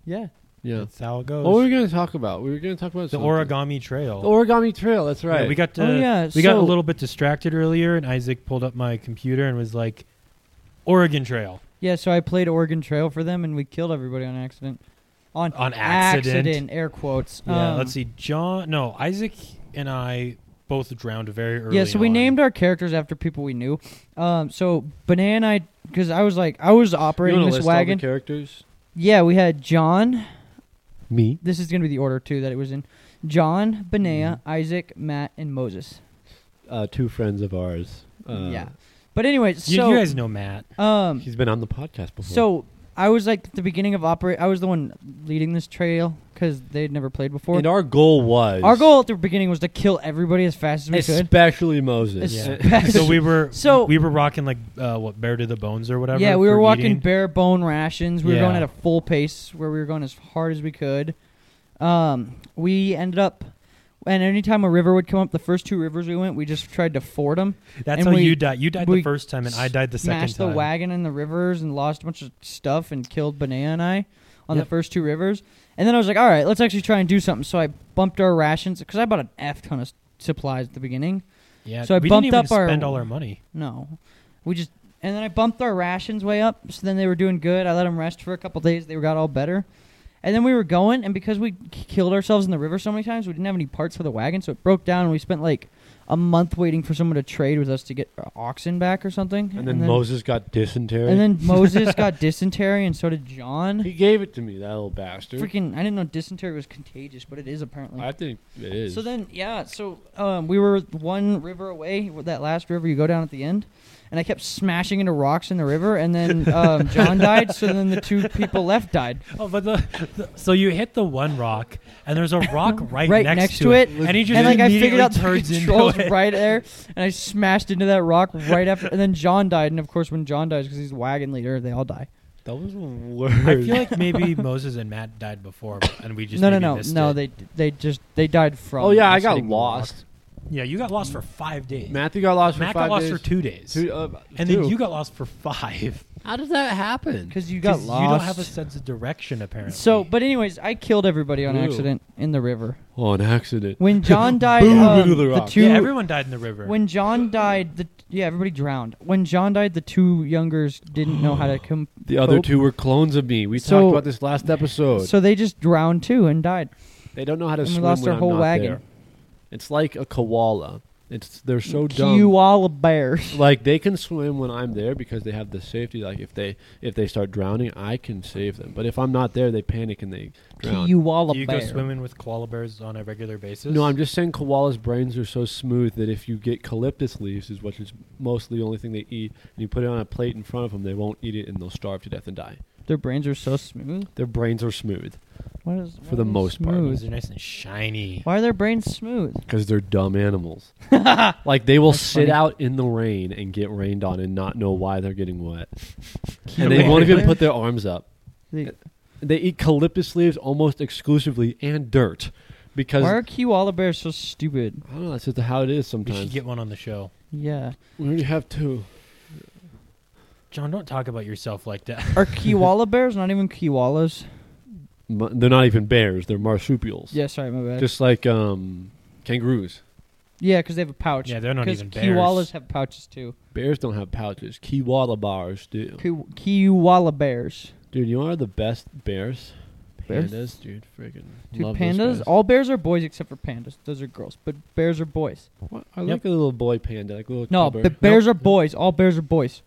Speaker 3: Yeah.
Speaker 2: Yeah.
Speaker 1: That's how it goes.
Speaker 2: What were Oh, we gonna talk about? We were gonna talk about
Speaker 1: the
Speaker 2: something.
Speaker 1: origami trail.
Speaker 2: the origami trail. That's right.
Speaker 1: Yeah, we got
Speaker 3: Oh,
Speaker 1: uh,
Speaker 3: yeah,
Speaker 1: we got a
Speaker 3: so-
Speaker 1: little bit distracted earlier, and Isaac pulled up my computer and was like, "Oregon Trail."
Speaker 3: Yeah. So I played Oregon Trail for them, and we killed everybody on accident. On
Speaker 1: On accident.
Speaker 3: accident, air quotes.
Speaker 1: Yeah,
Speaker 3: Um,
Speaker 1: let's see. John, no, Isaac and I both drowned very early.
Speaker 3: Yeah, so we
Speaker 1: on.
Speaker 3: named our characters after people we knew. Um, so Banana and I, because I was like, I was operating this wagon.
Speaker 2: characters.
Speaker 3: Yeah, we had John.
Speaker 2: Me.
Speaker 3: This is gonna be the order too that it was in. John, Benea,
Speaker 1: Mm-hmm.
Speaker 3: Isaac, Matt, and Moses.
Speaker 2: Uh, two friends of ours. Uh,
Speaker 3: yeah. But anyways,
Speaker 1: You,
Speaker 3: so
Speaker 1: you guys know Matt.
Speaker 3: um,
Speaker 2: He's been on the podcast before.
Speaker 3: so I was like at the beginning of operate. I was the one leading this trail because they'd never played before.
Speaker 2: and our goal was
Speaker 3: Our goal at the beginning was to kill everybody as fast as we could.
Speaker 2: especially Moses.
Speaker 3: It's-
Speaker 1: Yeah. so we were
Speaker 3: So-
Speaker 1: we were rocking like uh, what bare to the bones or whatever.
Speaker 3: Yeah, we were
Speaker 1: for
Speaker 3: walking
Speaker 1: eating.
Speaker 3: bare bone rations. We were going
Speaker 1: Yeah.
Speaker 3: at a full pace where we were going as hard as we could. Um, we ended up, and anytime a river would come up, the first two rivers we went, we just tried to ford them.
Speaker 1: That's
Speaker 3: and
Speaker 1: how
Speaker 3: we-
Speaker 1: you died. You died
Speaker 3: we
Speaker 1: the first time, and I died the second
Speaker 3: Smashed the
Speaker 1: time.
Speaker 3: wagon in the rivers and lost a bunch of stuff and killed Banana and I on
Speaker 1: Yep.
Speaker 3: the first two rivers. And then I was like, all right, let's actually try and do something. So I bumped our rations because I bought an F ton of s- supplies at the beginning.
Speaker 1: yeah,
Speaker 3: so I
Speaker 1: we
Speaker 3: bumped
Speaker 1: didn't even
Speaker 3: up our-
Speaker 1: spend all our money.
Speaker 3: No, we just and then I bumped our rations way up. So then they were doing good. I let them rest for a couple days. They got all better, and then we were going. And because we k- killed ourselves in the river so many times, we didn't have any parts for the wagon, so it broke down. And we spent like a month waiting for someone to trade with us to get our oxen back or something.
Speaker 2: and then Moses got dysentery.
Speaker 3: and then Moses got dysentery, and so did John.
Speaker 2: he gave it to me, that little bastard.
Speaker 3: Freaking, I didn't know dysentery was contagious, but it is apparently.
Speaker 2: I think it is.
Speaker 3: So then, yeah, so um, we were one river away, with that last river you go down at the end, and I kept smashing into rocks in the river, and then um, John died, so then the two people left died.
Speaker 1: Oh, but the, the so you hit the one rock, and there's a rock right,
Speaker 3: Right
Speaker 1: next,
Speaker 3: next
Speaker 1: to
Speaker 3: to
Speaker 1: it,
Speaker 3: it.
Speaker 1: and he just
Speaker 3: and like I
Speaker 1: immediately
Speaker 3: figured out the
Speaker 1: turns into
Speaker 3: controls
Speaker 1: it.
Speaker 3: right there, and I smashed into that rock right after, and then John died, and of course when John dies because he's the wagon leader, they all die.
Speaker 2: that was the worst.
Speaker 1: I feel like maybe Moses and Matt died before, and we just
Speaker 3: no, no,
Speaker 1: maybe
Speaker 3: no,
Speaker 1: missed
Speaker 3: no,
Speaker 1: it.
Speaker 3: they they just they died from.
Speaker 2: oh yeah, I
Speaker 3: us
Speaker 2: got
Speaker 3: hitting the rock.
Speaker 2: lost.
Speaker 1: yeah, you got lost for five days.
Speaker 2: Matthew got lost
Speaker 1: Matt
Speaker 2: for
Speaker 1: got
Speaker 2: five
Speaker 1: lost
Speaker 2: days.
Speaker 1: for two days,
Speaker 2: Two, uh,
Speaker 1: and
Speaker 2: two.
Speaker 1: then you got lost for five.
Speaker 2: How does that happen?
Speaker 3: because you got
Speaker 1: 'Cause
Speaker 3: lost.
Speaker 1: You don't have a sense of direction, apparently.
Speaker 3: so, but anyways, I killed everybody on
Speaker 2: Ooh.
Speaker 3: accident in the river.
Speaker 2: Oh, an accident.
Speaker 3: When John died,
Speaker 2: Boom
Speaker 3: um,
Speaker 2: into the
Speaker 3: the,
Speaker 2: rock.
Speaker 3: two.
Speaker 1: yeah, everyone died in the river.
Speaker 3: when John died, the yeah everybody drowned. When John died, the two youngers didn't know how to come.
Speaker 2: The other
Speaker 3: Pope.
Speaker 2: two were clones of me. We
Speaker 3: So-
Speaker 2: talked about this last episode.
Speaker 3: So they just drowned too and died.
Speaker 2: they don't know how to
Speaker 3: and we
Speaker 2: swim
Speaker 3: lost
Speaker 2: when
Speaker 3: our
Speaker 2: I'm
Speaker 3: whole
Speaker 2: not
Speaker 3: wagon.
Speaker 2: there. It's like a koala. It's they're so dumb.
Speaker 3: You all bears.
Speaker 2: like they can swim when I'm there because they have the safety. Like if they if they start drowning, I can save them. But if I'm not there, they panic and they drown.
Speaker 3: You all
Speaker 1: Do you
Speaker 3: bear.
Speaker 1: go swimming with koala bears on a regular basis?
Speaker 2: no, I'm just saying koalas' brains are so smooth that if you get eucalyptus leaves, is which is mostly the only thing they eat, and you put it on a plate in front of them, they won't eat it and they'll starve to death and die.
Speaker 3: Their brains are so smooth.
Speaker 2: Their brains are smooth
Speaker 3: What is, why
Speaker 2: the
Speaker 3: are they
Speaker 2: most part.
Speaker 3: smooth?
Speaker 1: Those are nice and shiny.
Speaker 3: Why are their brains smooth?
Speaker 2: because they're dumb animals. like they will
Speaker 3: That's
Speaker 2: sit
Speaker 3: funny.
Speaker 2: out in the rain and get rained on and not know why they're getting wet,
Speaker 3: You
Speaker 2: and they
Speaker 3: all
Speaker 2: won't even
Speaker 3: bear?
Speaker 2: put their arms up.
Speaker 3: They-
Speaker 2: They eat calyptus leaves almost exclusively and dirt because
Speaker 3: why are koala bears so stupid?
Speaker 2: I don't know. That's just how it is
Speaker 1: We
Speaker 2: sometimes.
Speaker 1: should get one on the show.
Speaker 3: Yeah.
Speaker 2: we already have two.
Speaker 1: John, don't talk about yourself like that.
Speaker 3: Are koala bears not even koalas?
Speaker 2: Mu- They're not even bears. They're marsupials.
Speaker 3: Yeah, sorry, my bad.
Speaker 2: Just like um, kangaroos.
Speaker 3: yeah, because they have a pouch.
Speaker 1: Yeah, they're not
Speaker 3: Because
Speaker 1: even bears.
Speaker 3: koalas have pouches too.
Speaker 2: Bears don't have pouches. Kiwala bars do.
Speaker 3: Ko- koala bears.
Speaker 2: Dude, you are the best bears.
Speaker 3: Bears?
Speaker 2: Pandas, dude. Freaking
Speaker 3: Dude,
Speaker 2: love those
Speaker 3: pandas.
Speaker 2: guys.
Speaker 3: All bears are boys except for pandas. Those are girls, but bears are boys.
Speaker 2: What? I
Speaker 1: Yep.
Speaker 2: like a little boy panda, like a little.
Speaker 3: No,
Speaker 2: cubber.
Speaker 3: but bears are boys. All bears are boys.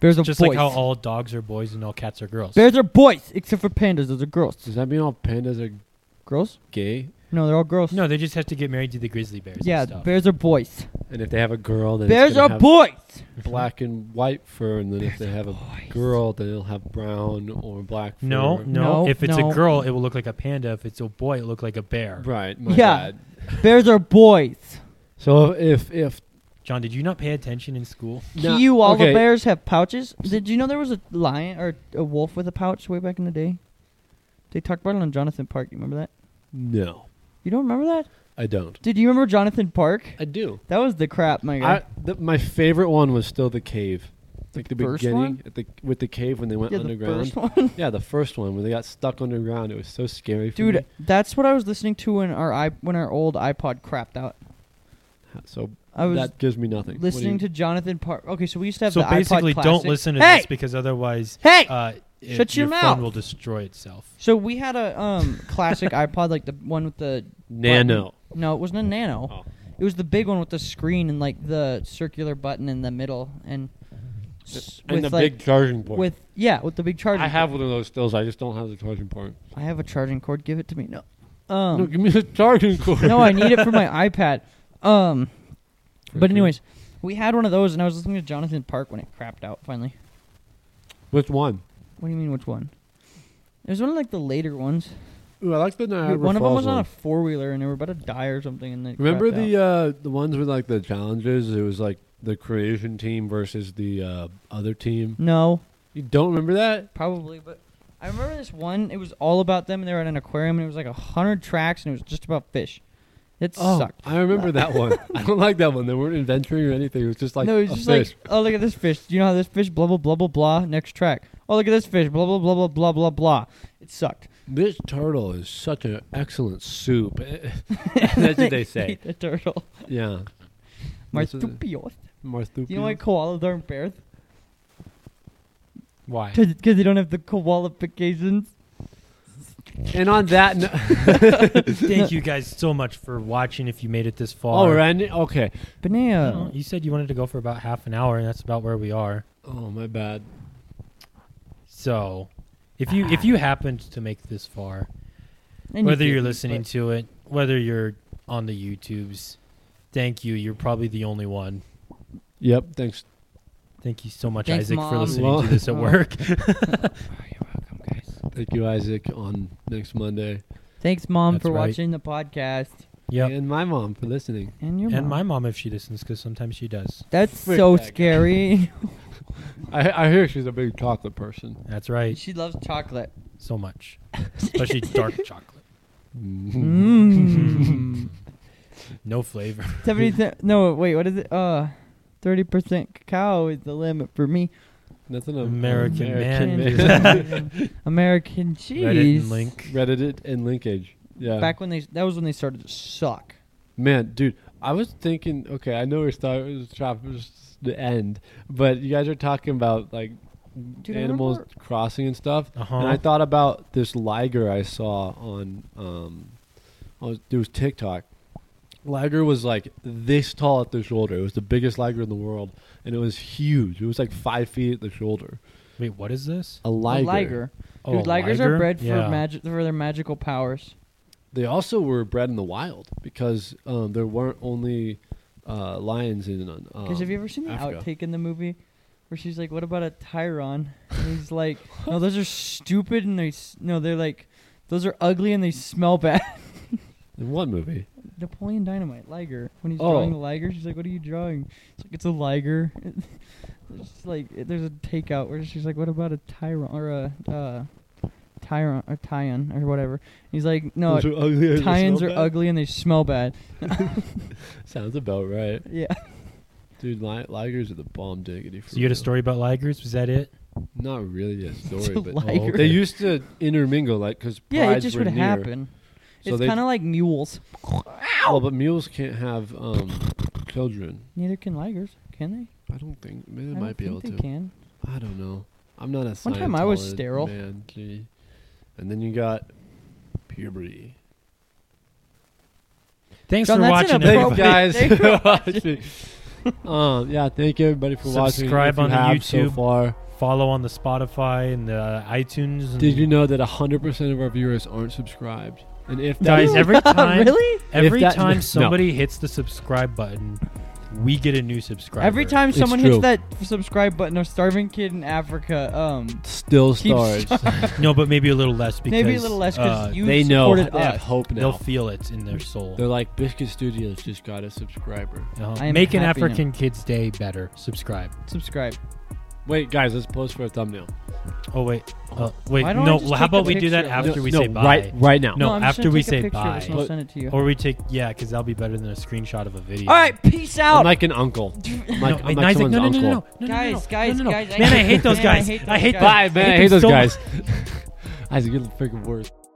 Speaker 3: Bears are
Speaker 1: just
Speaker 3: boys.
Speaker 1: like how all dogs are boys and all cats are girls.
Speaker 3: bears are boys except for pandas. Those are girls.
Speaker 2: Does that mean all pandas are
Speaker 3: Girls?
Speaker 2: gay?
Speaker 3: No, they're all girls.
Speaker 1: No, they just have to get married to the grizzly bears. and
Speaker 3: yeah,
Speaker 1: stuff.
Speaker 3: bears are boys.
Speaker 2: And if they have a girl, then
Speaker 3: Bears
Speaker 2: it's
Speaker 3: are
Speaker 2: gonna have
Speaker 3: boys.
Speaker 2: black and white fur, and then if they have a
Speaker 3: boys.
Speaker 2: girl, then it'll have brown or black. Fur.
Speaker 1: No, no,
Speaker 3: No,
Speaker 1: If it's
Speaker 3: no.
Speaker 1: a girl, it will look like a panda. If it's a boy, it will look like a bear.
Speaker 2: right. My
Speaker 3: Yeah.
Speaker 2: bad.
Speaker 3: bears are boys.
Speaker 2: So if if
Speaker 1: John, did you not pay attention in school?
Speaker 2: No,
Speaker 3: Koala
Speaker 2: okay.
Speaker 3: bears have pouches. Did you know there was a lion or a wolf with a pouch way back in the day? They talked about it on Jonathan Park. You remember that?
Speaker 2: no,
Speaker 3: You don't remember that?
Speaker 2: I don't.
Speaker 3: Dude, you remember Jonathan Park?
Speaker 2: I do.
Speaker 3: That was the crap, my guy.
Speaker 2: I, the, my favorite one was still the cave, like the
Speaker 3: first
Speaker 2: beginning
Speaker 3: one?
Speaker 2: At the, with the cave when they went
Speaker 3: yeah, the
Speaker 2: underground.
Speaker 3: first one.
Speaker 2: Yeah, the first one when they got stuck underground. It was so scary, for me.
Speaker 3: Dude, that's what I was listening to when our i when our old iPod crapped out.
Speaker 2: So
Speaker 3: I was
Speaker 2: that gives me nothing. What do
Speaker 3: listening
Speaker 2: you-
Speaker 3: to Jonathan Park. Okay, so we used to have
Speaker 1: So
Speaker 3: the iPod
Speaker 1: basically, don't
Speaker 3: Classic.
Speaker 1: listen to
Speaker 3: hey!
Speaker 1: this because otherwise,
Speaker 3: Hey!
Speaker 1: uh, it-
Speaker 3: Shut your mouth.
Speaker 1: phone will destroy itself.
Speaker 3: so we had a um classic iPod, like the one with the
Speaker 2: Nano.
Speaker 3: no, it wasn't a Nano.
Speaker 2: Oh.
Speaker 3: It was the big one with the screen and like the circular button in the middle and s-
Speaker 2: and
Speaker 3: with
Speaker 2: the
Speaker 3: like
Speaker 2: big charging port.
Speaker 3: with yeah with the big charging.
Speaker 2: I have one of those stills. I just don't have the charging port.
Speaker 3: cord. I have a charging cord. Give it to me. No.
Speaker 2: no,
Speaker 3: Um,
Speaker 2: give me the charging cord.
Speaker 3: no, I need it for my iPad. Um, but
Speaker 2: Okay.
Speaker 3: anyways, we had one of those, and I was listening to Jonathan Park when it crapped out finally.
Speaker 2: Which one?
Speaker 3: What do you mean, which one? It was one of like the later ones.
Speaker 2: Ooh, I like the Niagara
Speaker 3: one of them
Speaker 2: Uh, Falls
Speaker 3: was on a four wheeler, and they were about to die or something. And they
Speaker 2: Remember
Speaker 3: crapped
Speaker 2: the
Speaker 3: out.
Speaker 2: uh, the ones with like the challenges? It was like the creation team versus the uh, other team.
Speaker 3: no,
Speaker 2: You don't remember that?
Speaker 3: probably, but I remember this one. It was all about them, and they were at an aquarium, and it was like a hundred tracks, and it was just about fish. It sucked.
Speaker 2: Oh, I remember that one. I don't like that one. They weren't adventuring or anything. It was just like
Speaker 3: no, it was
Speaker 2: a
Speaker 3: just
Speaker 2: fish.
Speaker 3: like, oh look at this fish. Do you know how this fish? Blah blah blah blah blah. Next track. Oh look at this fish. Blah blah blah blah blah blah blah. It sucked.
Speaker 2: this turtle is such an excellent soup. That's what they say.
Speaker 3: Eat the turtle.
Speaker 2: Yeah, This is-
Speaker 3: Marsupials.
Speaker 2: marsupial.
Speaker 3: Do you know why koalas aren't bears?
Speaker 1: Why?
Speaker 3: Because they don't have the koalifications.
Speaker 2: and on that, no-
Speaker 1: Thank you guys so much for watching. If you made it this far,
Speaker 2: oh, we're ending. Okay.
Speaker 1: Well,
Speaker 3: Banana.
Speaker 1: you said you wanted to go for about half an hour, and that's about where we are.
Speaker 2: Oh my bad.
Speaker 1: So, if you if you happened to make it this far,
Speaker 3: Ah. And
Speaker 1: whether
Speaker 3: you
Speaker 1: you're
Speaker 3: didn't,
Speaker 1: listening
Speaker 3: but-
Speaker 1: to it, whether you're on the YouTubes, thank you. You're probably the only one.
Speaker 2: Yep. Thanks.
Speaker 1: Thank you so much,
Speaker 3: Thanks,
Speaker 1: Isaac, for
Speaker 3: Mom.
Speaker 1: listening
Speaker 2: Well-
Speaker 1: to this at
Speaker 3: Oh.
Speaker 1: work.
Speaker 3: Oh, you're welcome, guys.
Speaker 2: Thank you, Isaac. On next Monday,
Speaker 3: Thanks, mom,
Speaker 1: That's
Speaker 3: for
Speaker 1: right.
Speaker 3: watching the podcast.
Speaker 1: yep.
Speaker 2: and my mom for listening.
Speaker 3: And your
Speaker 1: And
Speaker 3: mom.
Speaker 1: my mom, if she listens, because sometimes she does.
Speaker 3: That's
Speaker 2: Frick
Speaker 3: so
Speaker 2: that guy.
Speaker 3: scary.
Speaker 2: I, I hear she's a big chocolate person.
Speaker 1: That's right.
Speaker 3: she loves chocolate.
Speaker 1: So much, especially dark chocolate,
Speaker 3: Mm.
Speaker 1: Mm.
Speaker 3: Mmm.
Speaker 1: no flavor.
Speaker 3: Seventy. se- No, wait. What is it? Uh, thirty percent cacao is the limit for me.
Speaker 2: That's an
Speaker 1: American
Speaker 2: American
Speaker 1: man.
Speaker 3: American
Speaker 1: Reddit
Speaker 3: cheese.
Speaker 1: and link.
Speaker 2: Reddit and linkage. Yeah.
Speaker 3: Back when they that was when they started to suck.
Speaker 2: Man, dude, I was thinking. Okay, I know we're starting the end, but you guys are talking about like
Speaker 3: Dude, I
Speaker 2: animals
Speaker 3: remember-
Speaker 2: crossing and stuff.
Speaker 1: Uh-huh.
Speaker 2: And I thought about this liger I saw on um, I was, it was TikTok. Liger was like this tall at the shoulder. It was the biggest liger in the world, and it was huge. It was like five feet at the shoulder.
Speaker 1: Wait, what is this?
Speaker 2: A
Speaker 3: A
Speaker 2: liger.
Speaker 3: liger.
Speaker 1: Oh,
Speaker 3: Dude, ligers
Speaker 1: liger?
Speaker 3: are bred for
Speaker 1: Yeah.
Speaker 3: magic for their magical powers.
Speaker 2: They also were bred in the wild because um, there weren't only uh, lions in. Um,
Speaker 3: Because have you ever seen the
Speaker 2: Africa.
Speaker 3: outtake in the movie where she's like, "What about a Tyron?" And he's like, "No, those are stupid, and they s- no, they're like, those are ugly and they smell bad."
Speaker 2: In what movie?
Speaker 3: Napoleon Dynamite, Liger. When he's
Speaker 2: Oh.
Speaker 3: drawing the Liger, she's like, "What are you drawing?" It's like it's a Liger. it's like there's a takeout where she's like, "What about a Tyron or a uh, Tyron or Tyon or whatever?" And he's like, "No,
Speaker 2: Those are ugly and they
Speaker 3: Tyons
Speaker 2: smell
Speaker 3: are
Speaker 2: bad.
Speaker 3: ugly and they smell bad."
Speaker 2: Sounds about right,
Speaker 3: Yeah.
Speaker 2: dude. Li- ligers are the bomb diggity. For
Speaker 1: So you had a
Speaker 2: real.
Speaker 1: story about ligers? Was that it?
Speaker 2: Not really a story,
Speaker 3: a
Speaker 2: but oh,
Speaker 3: liger.
Speaker 2: they used to intermingle, like because
Speaker 3: Yeah, it just would happen.
Speaker 2: So
Speaker 3: it's
Speaker 2: they-
Speaker 3: kind of like mules.
Speaker 2: Well, but mules can't have um, children.
Speaker 3: Neither can ligers, can they?
Speaker 2: I don't think. Maybe
Speaker 3: I
Speaker 2: they
Speaker 3: don't
Speaker 2: might be
Speaker 3: think
Speaker 2: able
Speaker 3: they
Speaker 2: to.
Speaker 3: Can.
Speaker 2: I don't know. I'm not a.
Speaker 3: One time I was
Speaker 2: Scientologist,
Speaker 3: sterile.
Speaker 2: Man, gee. And then you got puberty.
Speaker 1: Thanks
Speaker 3: John,
Speaker 1: for
Speaker 3: that's
Speaker 1: watching.
Speaker 2: Thanks,
Speaker 3: inappropriate.
Speaker 1: everybody.
Speaker 2: guys.
Speaker 3: Thank you
Speaker 2: for watching. um, yeah, thank everybody for watching. if
Speaker 1: Subscribe
Speaker 2: you
Speaker 1: on the
Speaker 2: have so
Speaker 1: YouTube. Mm-hmm.
Speaker 2: far.
Speaker 1: Follow on the Spotify and the iTunes. And
Speaker 2: Did you know that 100% of our viewers aren't subscribed? And if that
Speaker 1: Guys,
Speaker 2: is-
Speaker 1: every time,
Speaker 3: really?
Speaker 1: every
Speaker 2: that-
Speaker 1: time
Speaker 2: no.
Speaker 1: somebody hits the subscribe button, we get a new subscriber.
Speaker 3: Every time
Speaker 2: It's
Speaker 3: someone
Speaker 2: true.
Speaker 3: hits that subscribe button, a starving kid in Africa, um,
Speaker 2: still
Speaker 3: keeps
Speaker 2: stars,
Speaker 1: no, but maybe a little less because
Speaker 3: maybe a little less because
Speaker 1: uh,
Speaker 3: you
Speaker 2: they know
Speaker 3: supported
Speaker 2: they have
Speaker 3: us.
Speaker 2: hope now.
Speaker 1: they'll feel it in their soul.
Speaker 2: They're like Biscuit Studios just got a subscriber.
Speaker 1: Uh-huh.
Speaker 3: I am
Speaker 1: Make an
Speaker 3: happy now.
Speaker 1: African kid's day better. Subscribe.
Speaker 3: Subscribe.
Speaker 2: Wait, guys, let's post for a thumbnail.
Speaker 1: Oh wait, uh, wait.
Speaker 3: Why don't I
Speaker 1: No,
Speaker 3: just
Speaker 1: how
Speaker 3: take a
Speaker 1: about we do that
Speaker 3: picture?
Speaker 1: after
Speaker 2: no,
Speaker 1: we
Speaker 2: no,
Speaker 1: say bye?
Speaker 2: right, right now.
Speaker 1: No,
Speaker 3: I'm just
Speaker 1: after
Speaker 3: gonna
Speaker 1: we
Speaker 3: take a
Speaker 1: say
Speaker 3: picture of this and
Speaker 1: bye.
Speaker 3: I'll send it to you.
Speaker 1: Or we take yeah, because that'll be better than a screenshot of a video.
Speaker 3: All right, peace out.
Speaker 2: I'm like an uncle. I'm like,
Speaker 1: no,
Speaker 2: I'm
Speaker 1: wait,
Speaker 2: like
Speaker 1: Isaac,
Speaker 2: someone's
Speaker 1: no, no, no,
Speaker 2: uncle.
Speaker 1: no, no, no,
Speaker 3: Guys,
Speaker 1: no, no,
Speaker 3: guys,
Speaker 1: no, no, no.
Speaker 3: guys, I
Speaker 1: Man, I
Speaker 3: hate-
Speaker 1: hate those
Speaker 3: man, I
Speaker 1: guys.
Speaker 3: hate
Speaker 1: I
Speaker 3: those
Speaker 1: hate
Speaker 3: guys.
Speaker 1: that.
Speaker 2: Bye, man. I
Speaker 1: hate them
Speaker 2: hate those
Speaker 1: so
Speaker 2: guys. Isaac, you're the freaking worst.